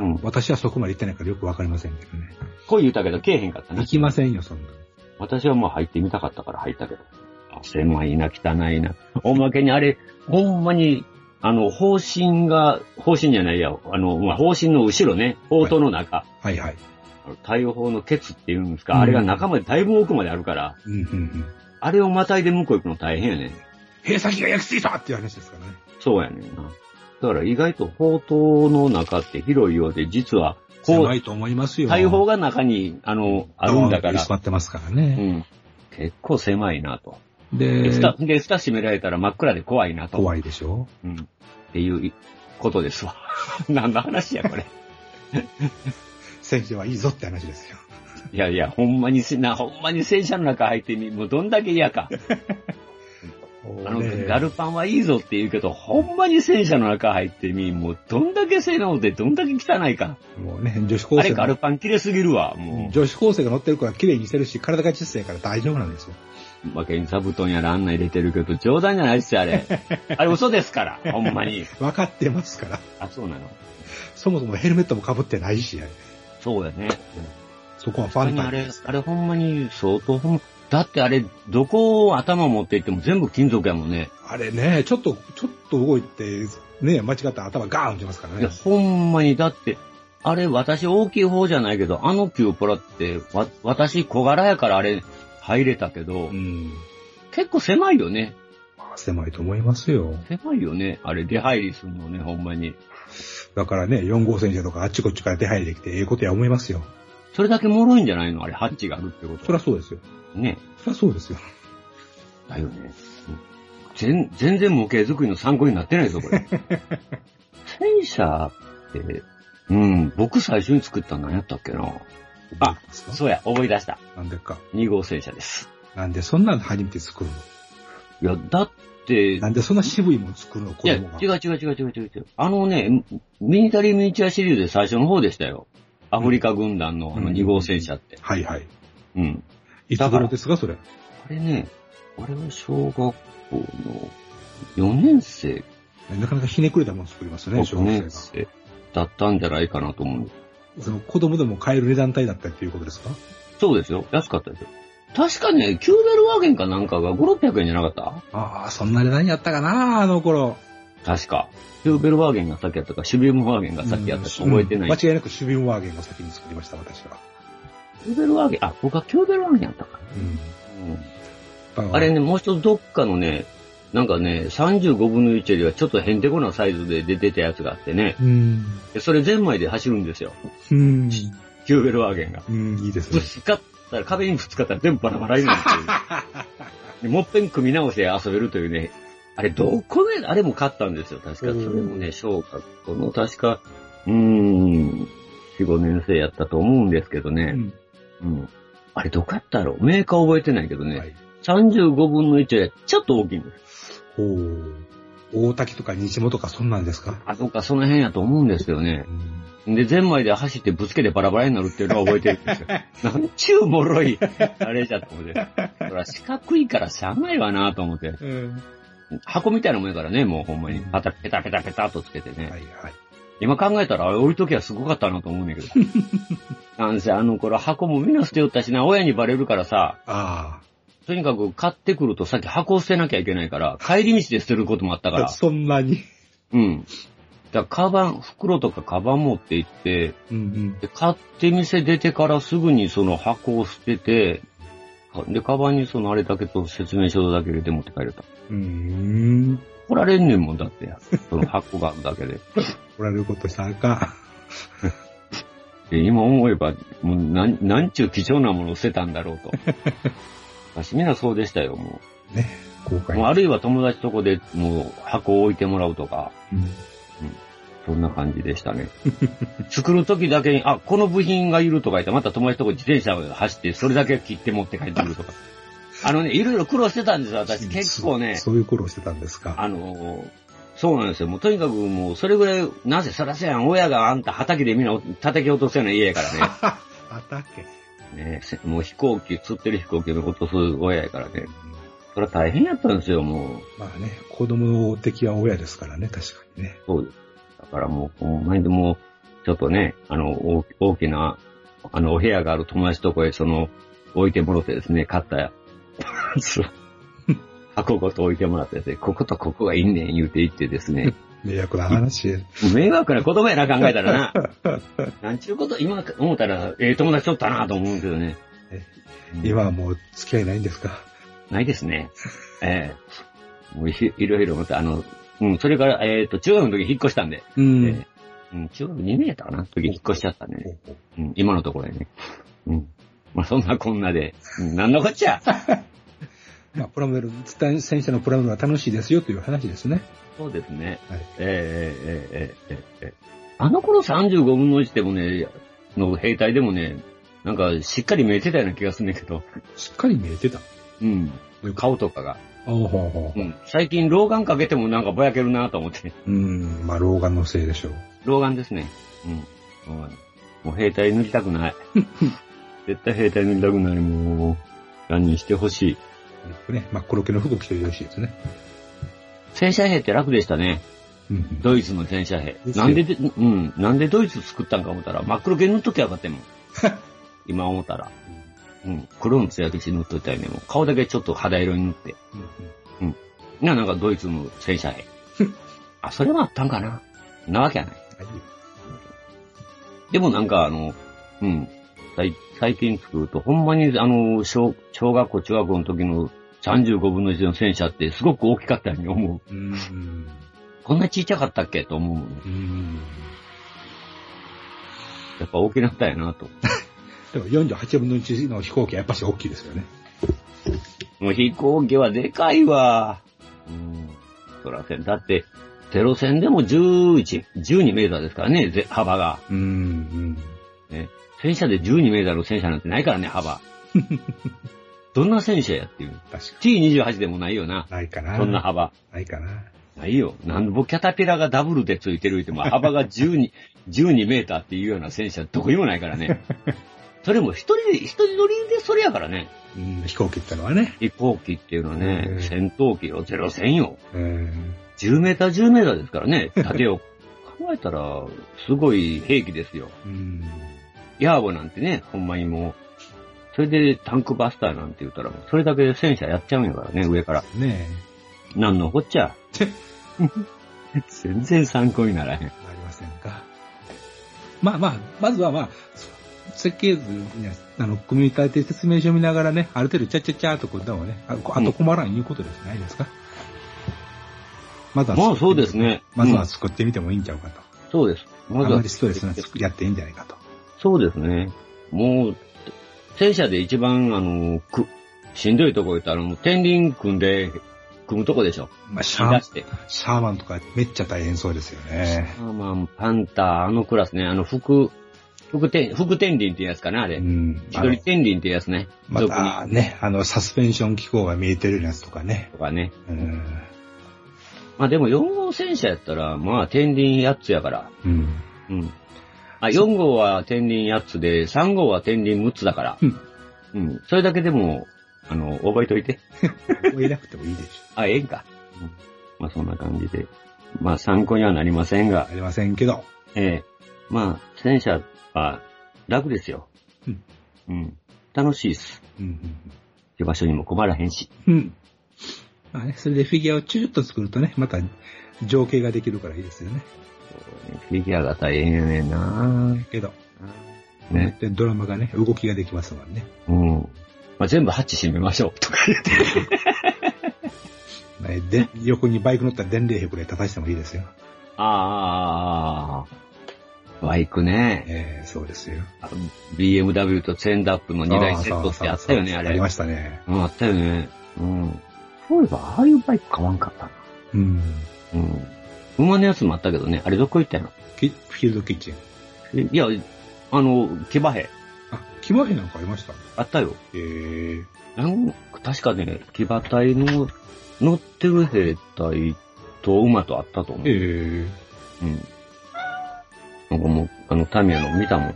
S3: うん。
S4: 私はそこまで行ってないからよくわかりませんけどね。
S3: こう言うたけど、けえへんかった
S4: 行
S3: ね。
S4: きませんよ、そんな。
S3: 私はもう入ってみたかったから入ったけど。あ、狭いな、汚いな。おまけにあれ、ほんまに、あの、方針が、方針じゃないや、あの、まあ、方針の後ろね、砲塔の中、
S4: はいはい。
S3: 太陽砲のケツっていうんですか、
S4: うん
S3: あれが中まで、だいぶ奥まであるから、
S4: うんうんうん。
S3: あれをまたいで向こう行くの大変やね。
S4: 閉鎖機が焼きついたっていう話ですからね。
S3: そうやねんな。だから意外と砲塔の中って広いようで、実は、こ
S4: 狭
S3: う、
S4: いと思いますよ。
S3: 大砲が中に、あの、あるんだか
S4: ドーンと
S3: ら
S4: 居、座ってますから
S3: う
S4: ね。
S3: ん。結構狭いなと。で、
S4: で
S3: ス、タ、で、スタ閉められたら真っ暗で怖いなと。
S4: 怖いでしょ
S3: うん。っていうことですわ。 <laughs> 何の話や、これ。
S4: 戦車はいいぞって話ですよ。
S3: いやいや、ほんまにせ、な、ほんまに戦車の中入ってみ、もうどんだけ嫌か。あの、
S4: 俺
S3: ガルパンはいいぞって言うけど、ほんまに戦車の中入ってみ、もうどんだけ性能でどんだけ汚いか。
S4: もうね、女子
S3: あ
S4: 高
S3: れ
S4: 生
S3: ガル
S4: の、
S3: パン切れすぎるわ、も
S4: 女子高生が乗ってるから綺麗にしてるし、体が小さいから大丈夫なんですよ。
S3: う。まけに座布団やら案内入れてるけど、冗談じゃないっすよ、
S4: <laughs>
S3: あれ。あれ嘘ですから、ほんまに。
S4: 分かってますから。
S3: あ、そうなの。
S4: そもそもヘルメットも被ってないし、
S3: そうやね。
S4: そこはフ
S3: ほ
S4: ァ
S3: ん
S4: ン
S3: まにあ
S4: タジー
S3: れ
S4: で、す。
S3: あれほんまに相当ほんま、だってあれ、どこを頭持っていっても全部金属やもんね。
S4: あれね、ちょっと、ちょっと動いて、ね、間違ったら頭ガーン打ちますから
S3: いや、
S4: ね。
S3: ほんまに、だって、あれ、私大きい方じゃないけど、あのキュープラって、わ、私小柄やからあれ、入れたけど、
S4: うん。
S3: 結構狭いよね。
S4: 狭いと思いますよ。
S3: 狭いよね。あれ、出入りするのね、ほんまに。
S4: だからね、4号戦車とかあっちこっちから出入りできて、ええことや思いますよ。
S3: それだけ脆いんじゃないのあれ、ハッチがあるってこと。
S4: そりゃそうですよ。
S3: ね。
S4: そりゃそうですよ。
S3: だよね。うん全、全然模型作りの参考になってないぞ、こ
S4: <laughs>
S3: れ。戦車って、うん、僕最初に作ったの何やったっけな。あ、そうや、思い出した。
S4: なんでか。
S3: 2号戦車です。
S4: なんでそんなの初めて作るの
S3: いや、だって、
S4: なんでそんな渋いもの作るの子
S3: いや、違
S4: 供
S3: う
S4: が。
S3: 違う違う違う違う違う。あのね、ミニタリーミニチュアシリーズで最初の方でしたよ。アフリカ軍団のあの
S4: うん
S3: 2号戦車って。
S4: はいはい。
S3: うん。
S4: いつ頃ですか、それ。
S3: あれね、あれは小学校の4年生
S4: なかなかひねくれたもの作ります
S3: か
S4: ね、小
S3: 5
S4: 学
S3: 年
S4: 生
S3: 生だったんじゃないかなと思う。
S4: が。その子供でも買える値段帯だったっていうことですか
S3: そうですよ。安かったですよ。確かね、キューベルワーゲンかなんかが5、600円じゃなかっ
S4: ああ、そんな値段やったかな、あの頃。
S3: た確か。キューベルワーゲンが先やったか、シュビウムワーゲンが先やったか、覚えてない。
S4: うん間違いなくシュビンワーゲンを先に作りました、私は。
S3: キューベルワーゲン、あ、僕はキューベルワーゲンやったか
S4: うん
S3: な。うん
S4: だから。
S3: あれね、もう一つどっかのね、なんかね、35分の1よりはちょっとへんてこなサイズで出てたやつがあってね、
S4: うん。
S3: でそれゼンマイで走るんですよ。
S4: うん。
S3: キューベルワーゲンが。
S4: うん、いいです
S3: ぶ
S4: ね。
S3: つかったら、壁にぶつかったら全部バラバラになるっていう。でもっぺん組み直して遊べるというね、あれどこで、あれも買ったんですよ、確か。それもね、小学校の確か、うーん、4、5年生やったと思うんですけどね。うん。あれどこやったろうメーカー覚えてないけどね、
S4: はい
S3: 35分の1よりはちょっと大きいんです。
S4: ほう。大滝とか西本とかそんなんですか
S3: あ、そっか、その辺やと思うんですよね
S4: う。ん。
S3: で、ゼンマイで走ってぶつけてバラバラになるっていうのは覚えてるんですよ。なんちゅうもろい、あれじゃと思って。ほら、四角いからしゃあないわなと思って。箱みたいなもんやからね、もうほんまに。パタペタペタペタっとつけてね。
S4: はいはい。
S3: 今考えたら、あれ置いときはすごかったなと思うんだけど。なんせあの頃箱もみんな捨てよったしな、親にバレるからさ、
S4: あ
S3: とにかく買ってくるとさっき箱を捨てなきゃいけないから、帰り道で捨てることもあったか
S4: あ。<laughs>
S3: ら。
S4: そんなに。
S3: うん。だから、カバン、袋とかカバン持って行って、
S4: うん
S3: で、買って店出てからすぐにその箱を捨てて、かで、カバンにそのあれだけと説明書だけ入れて持って帰れた。
S4: うん。うん。
S3: 怒られんねんもんだって、その箱があるだけで。
S4: おられることしたらあか
S3: で今思えば、もうなん、なんちゅう貴重なものを捨てたんだろうと。昔みんなそうでしたよ、も
S4: ね、公
S3: う。
S4: 開。
S3: もうあるいは友達とこでもう箱を置いてもらうとか、
S4: うん
S3: そんな感じでしたね。 <laughs> 作る時だけに、あ、この部品がいるとか言って、また友達とこ自転車を走って、それだけ切って持って帰ってくる
S4: <laughs>
S3: とか。あのね、いろいろ苦労してたんですよ、私。結構ね。
S4: そそういう苦労してたんですか。
S3: あのーそうなんですよ。もうとにかくもう、それぐらい、なぜそらせやん、親があんた畑でみんな叩き落とすような家やから
S4: <laughs> 畑。 <laughs>
S3: ね。ねせもう飛行機、釣ってる飛行機の落とす親やからね。それは大変やったんですよ、もう。
S4: まあね、子供の敵は親ですからね、確かにね。
S3: そうです。だからもう、ほんまにでも、ちょっとね、あの、大大きな、あの、お部屋がある友達とこへ、その、置いてもろてですね、買った、 <laughs> パンツを箱ごと置いてもらってですね、こことここがいいねん言うて言ってですね、
S4: 迷惑な話。
S3: 迷惑な言葉やな、考えたらな。なんちゅうこと、今思ったら、ええ友達おったなと思うんですけどね。
S4: 今はもう付き合いないんですか。
S3: ないですね。ええもういいろいろまた、あの、うん、それから、えっ、と、中学の時引っ越したんで、
S11: う
S3: え
S11: ん。
S3: えうん、中学2年やったかな時引っ越しちゃったんでね。うん、今のところやね。うん。まあ、そんなこんなで、うん、なんのこっ <laughs> ちゃ。
S11: まあ、プラモデル、伝え戦車のプラモデルは楽しいですよという話ですね。
S3: そうですね。
S4: はい
S3: ええええええええええあの頃35分の1でもね、の兵隊でもね、なんかしっかり見えてたような気がするんだけど、
S11: しっかり見えてた。あ
S3: うん。顔とかが。
S11: あ、ほうほ
S3: うん。最近老眼かけてもなんかぼやけるなと思って。
S4: うん、まあ老眼のせいでしょう。
S3: 老眼ですね。うん。はいもう兵隊塗りたく <laughs> ない。絶対兵隊塗りたくない。もう、何にしてほしい。
S4: ね、真っ黒系の服着てるらしいですね。
S3: 戦車兵って楽でしたね。
S4: うん。
S3: ドイツの戦車兵。
S4: ですよ
S3: なんでで、うん、なんでドイツ作ったんか思ったら、真っ黒系塗っときゃよ
S4: <laughs>
S3: かったよもん。今思ったら。うん、黒の艶消し塗っといたよね。もう顔だけちょっと肌色に塗って。な、なんかドイツの戦車
S4: <laughs>
S3: 兵。あ、それはあったんかな。なわけはない。でもなんかあの、うん、最最近作ると、ほんまにあの、小、小学校、中学校の時の35分の1の戦車ってすごく大きかったように思
S4: う
S3: う。
S4: ん。
S3: こんなちっちゃかったっけと思うもんね。
S4: うん。
S3: やっぱ大きなったんやなと。
S4: でも48分の1の飛行機はやっぱし大きいですよね。
S3: もう飛行機はでかいわ。うん。そらせん。だって、ゼロ戦でも11、12メーターですからね、ぜ幅が。
S4: うん。
S3: ね。戦車で12メーターの戦車なんてないからね、 <laughs> 幅。どんな戦車やっていう。
S4: 確か
S3: T28 でもないよな
S4: に。。ないかな。
S3: そんな幅。
S4: ないかな。
S3: ないよ。なんぼキャタピラがダブルでついてる言っても、幅が12、12メーターっていうような戦車どこにもないから <laughs> ね。それも一人で、一人乗りでそれやからね。
S4: うん、飛行機ってのはね。
S3: 飛行機っていうのは
S4: う
S3: ね、
S4: ん
S3: 戦闘機よ、ゼロ戦よ。
S4: うん。
S3: 10メーター10メーターですからね、縦を考えたら、すごい兵器ですよ。
S4: うん。
S3: ヤーボなんてね、ほんまにもう。それでタンクバスターなんて言ったら、もうそれだけで戦車やっちゃうんやからね、上から。
S4: ね
S3: なんのこっ
S4: <laughs>
S3: ちゃ。全然参考にならへん。
S4: え、ありませんか。
S11: まあまあ、まずはまあ、設計図にあの、組み立て説明書見ながらね、ある程度ちゃちゃちゃっとこう、でもね、ああと困らんいうことですないですか。。
S4: まずは、
S3: まあそうです。ね。
S4: まず
S3: う
S4: は
S3: ん
S4: 作ってみてもいいんちゃうかと。
S3: そうです。ま
S4: あ
S3: ず
S4: ま
S3: は
S4: り、ストレスなくやっていいんじゃないかと。
S3: そうですね。もう、戦車で一番、あの、く、しんどいとこ言ったら、あの、天輪組んで、組むとこでしょ。
S4: まあ、シャ
S3: 出
S4: ー
S3: して。
S4: シャーマンとかめっちゃ大変そうですよね。
S3: まあまあ、パンター、あのクラスね、あの、副、副天、副天輪っていうやつかな、あ
S4: う
S3: れ。
S4: ん。
S3: 一
S4: あの
S3: 人天輪っていうやつね。
S4: ま
S3: 俗に
S4: たね、あの、サスペンション機構が見えてるやつとかね。
S3: とかね。
S4: うん。
S3: まあでも4号戦車やったら、まあ天輪8つやから。
S4: うん。
S3: うん。あ、4号は天輪8つで、3号は天輪6つだから。うんうん。それだけでも、あの、覚えといて。
S4: 入れなくてもいいでしょ
S3: あ、ええんか。うんまあそんな感じで。まあ参考にはなりませんが
S4: う。、ありませんけど。
S3: ええまあ戦車は楽ですよ。
S4: うん。
S3: うん。楽しいっす。
S4: うん。
S3: 居場所にも困らへんし。
S11: うん。まあね、それでフィギュアをチュチュッと作るとね、また情景ができるからいいですよね。
S3: フィギュアが大変やねんな
S11: けど、
S3: ね。
S11: でドラマがね、動きができますもんね。
S3: うん。まあ、全部ハッチ閉めましょう。とか言って。
S4: ねで、横にバイク乗ったら伝令兵くらい叩いてもいいですよ。
S3: ああ、バイクね。
S4: えー、そうですよ。
S3: あ BMW とチェンダップの2台セットってあったよね、
S4: そうそうそう
S3: あ
S4: あ
S3: れ
S4: り。ましたね。
S3: うん、あったよね。うん。そういえば、ああいうバイク買わんかったな。
S4: うん。
S3: うん。馬のやつもあったけどね、あれどこ行ったの
S4: キフィールドキッチン。
S3: えいや、あの、騎馬兵。
S4: あ、キモヘなんかありました
S3: あったよ。
S4: えー、
S3: なん確かね、騎馬隊の乗ってる兵隊と馬とあったと思う。
S4: えー、
S3: うん。なんかもう、あの、タミヤの見たもん。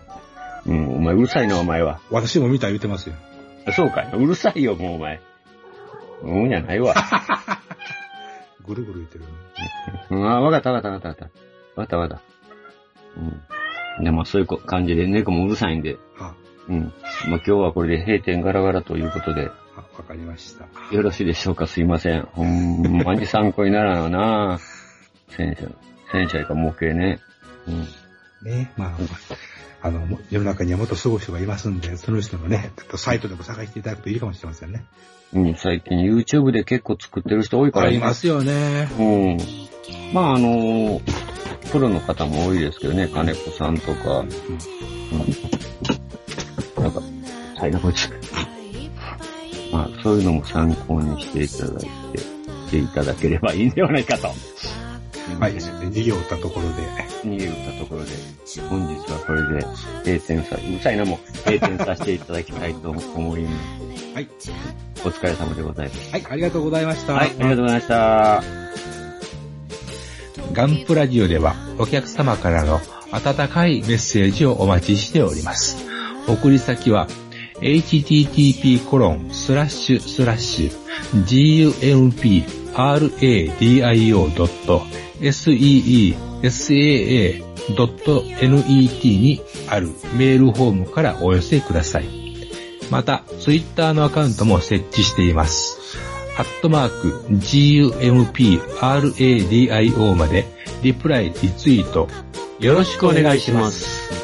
S3: うん、お前うるさいな、お前は。
S4: 私も見た言うてますよ。
S3: そうかい。うるさいよ、もうお前。うん、じゃないわ。 <laughs>
S4: ぐるぐる言ってる。
S3: うん、あ、わかったわかったわかったわかった。わかったわかった。うん。で、まあそういうこ感じで、猫もうるさいんで、
S4: は、
S3: うん。まあ今日はこれで閉店ガラガラということで、
S4: は、わかりました。
S3: よろしいでしょうかすいません。ほんまに参考にならんよな戦車、戦車か模型ね。うん。
S4: ね、まあ、あの、も世の中にはもっとすごい人がいますんで、その人のね、ちょっとサイトでも探していただくといいかもしれませんね。
S3: うん、最近 YouTube で結構作ってる人多いから。
S4: すよね。
S3: うん。まああのプロの方も多いですけどね、金子さんとか。うん。なんか、はい、なこいつ。まあそういうのも参考にしていただいて、していただければいいんではないかと。
S4: はい、で授業を打ったところで、
S3: 逃げ打ったところで、本日はこれで閉店さ、うるさいなもう、閉店させていただきたいと思います。
S4: はい。
S3: お疲れ様でございます。
S4: はい、ありがとうございました。
S3: はい、ありがとうございました。
S11: ガンプラジオではお客様からの温かいメッセージをお待ちしております。送り先は http://gunpradio.seesaa.net にあるメールフォームからお寄せください。また、ツイッターのアカウントも設置しています。アットマーク、GUMPRADIO まで、リプライ、リツイート、よろしくお願いします。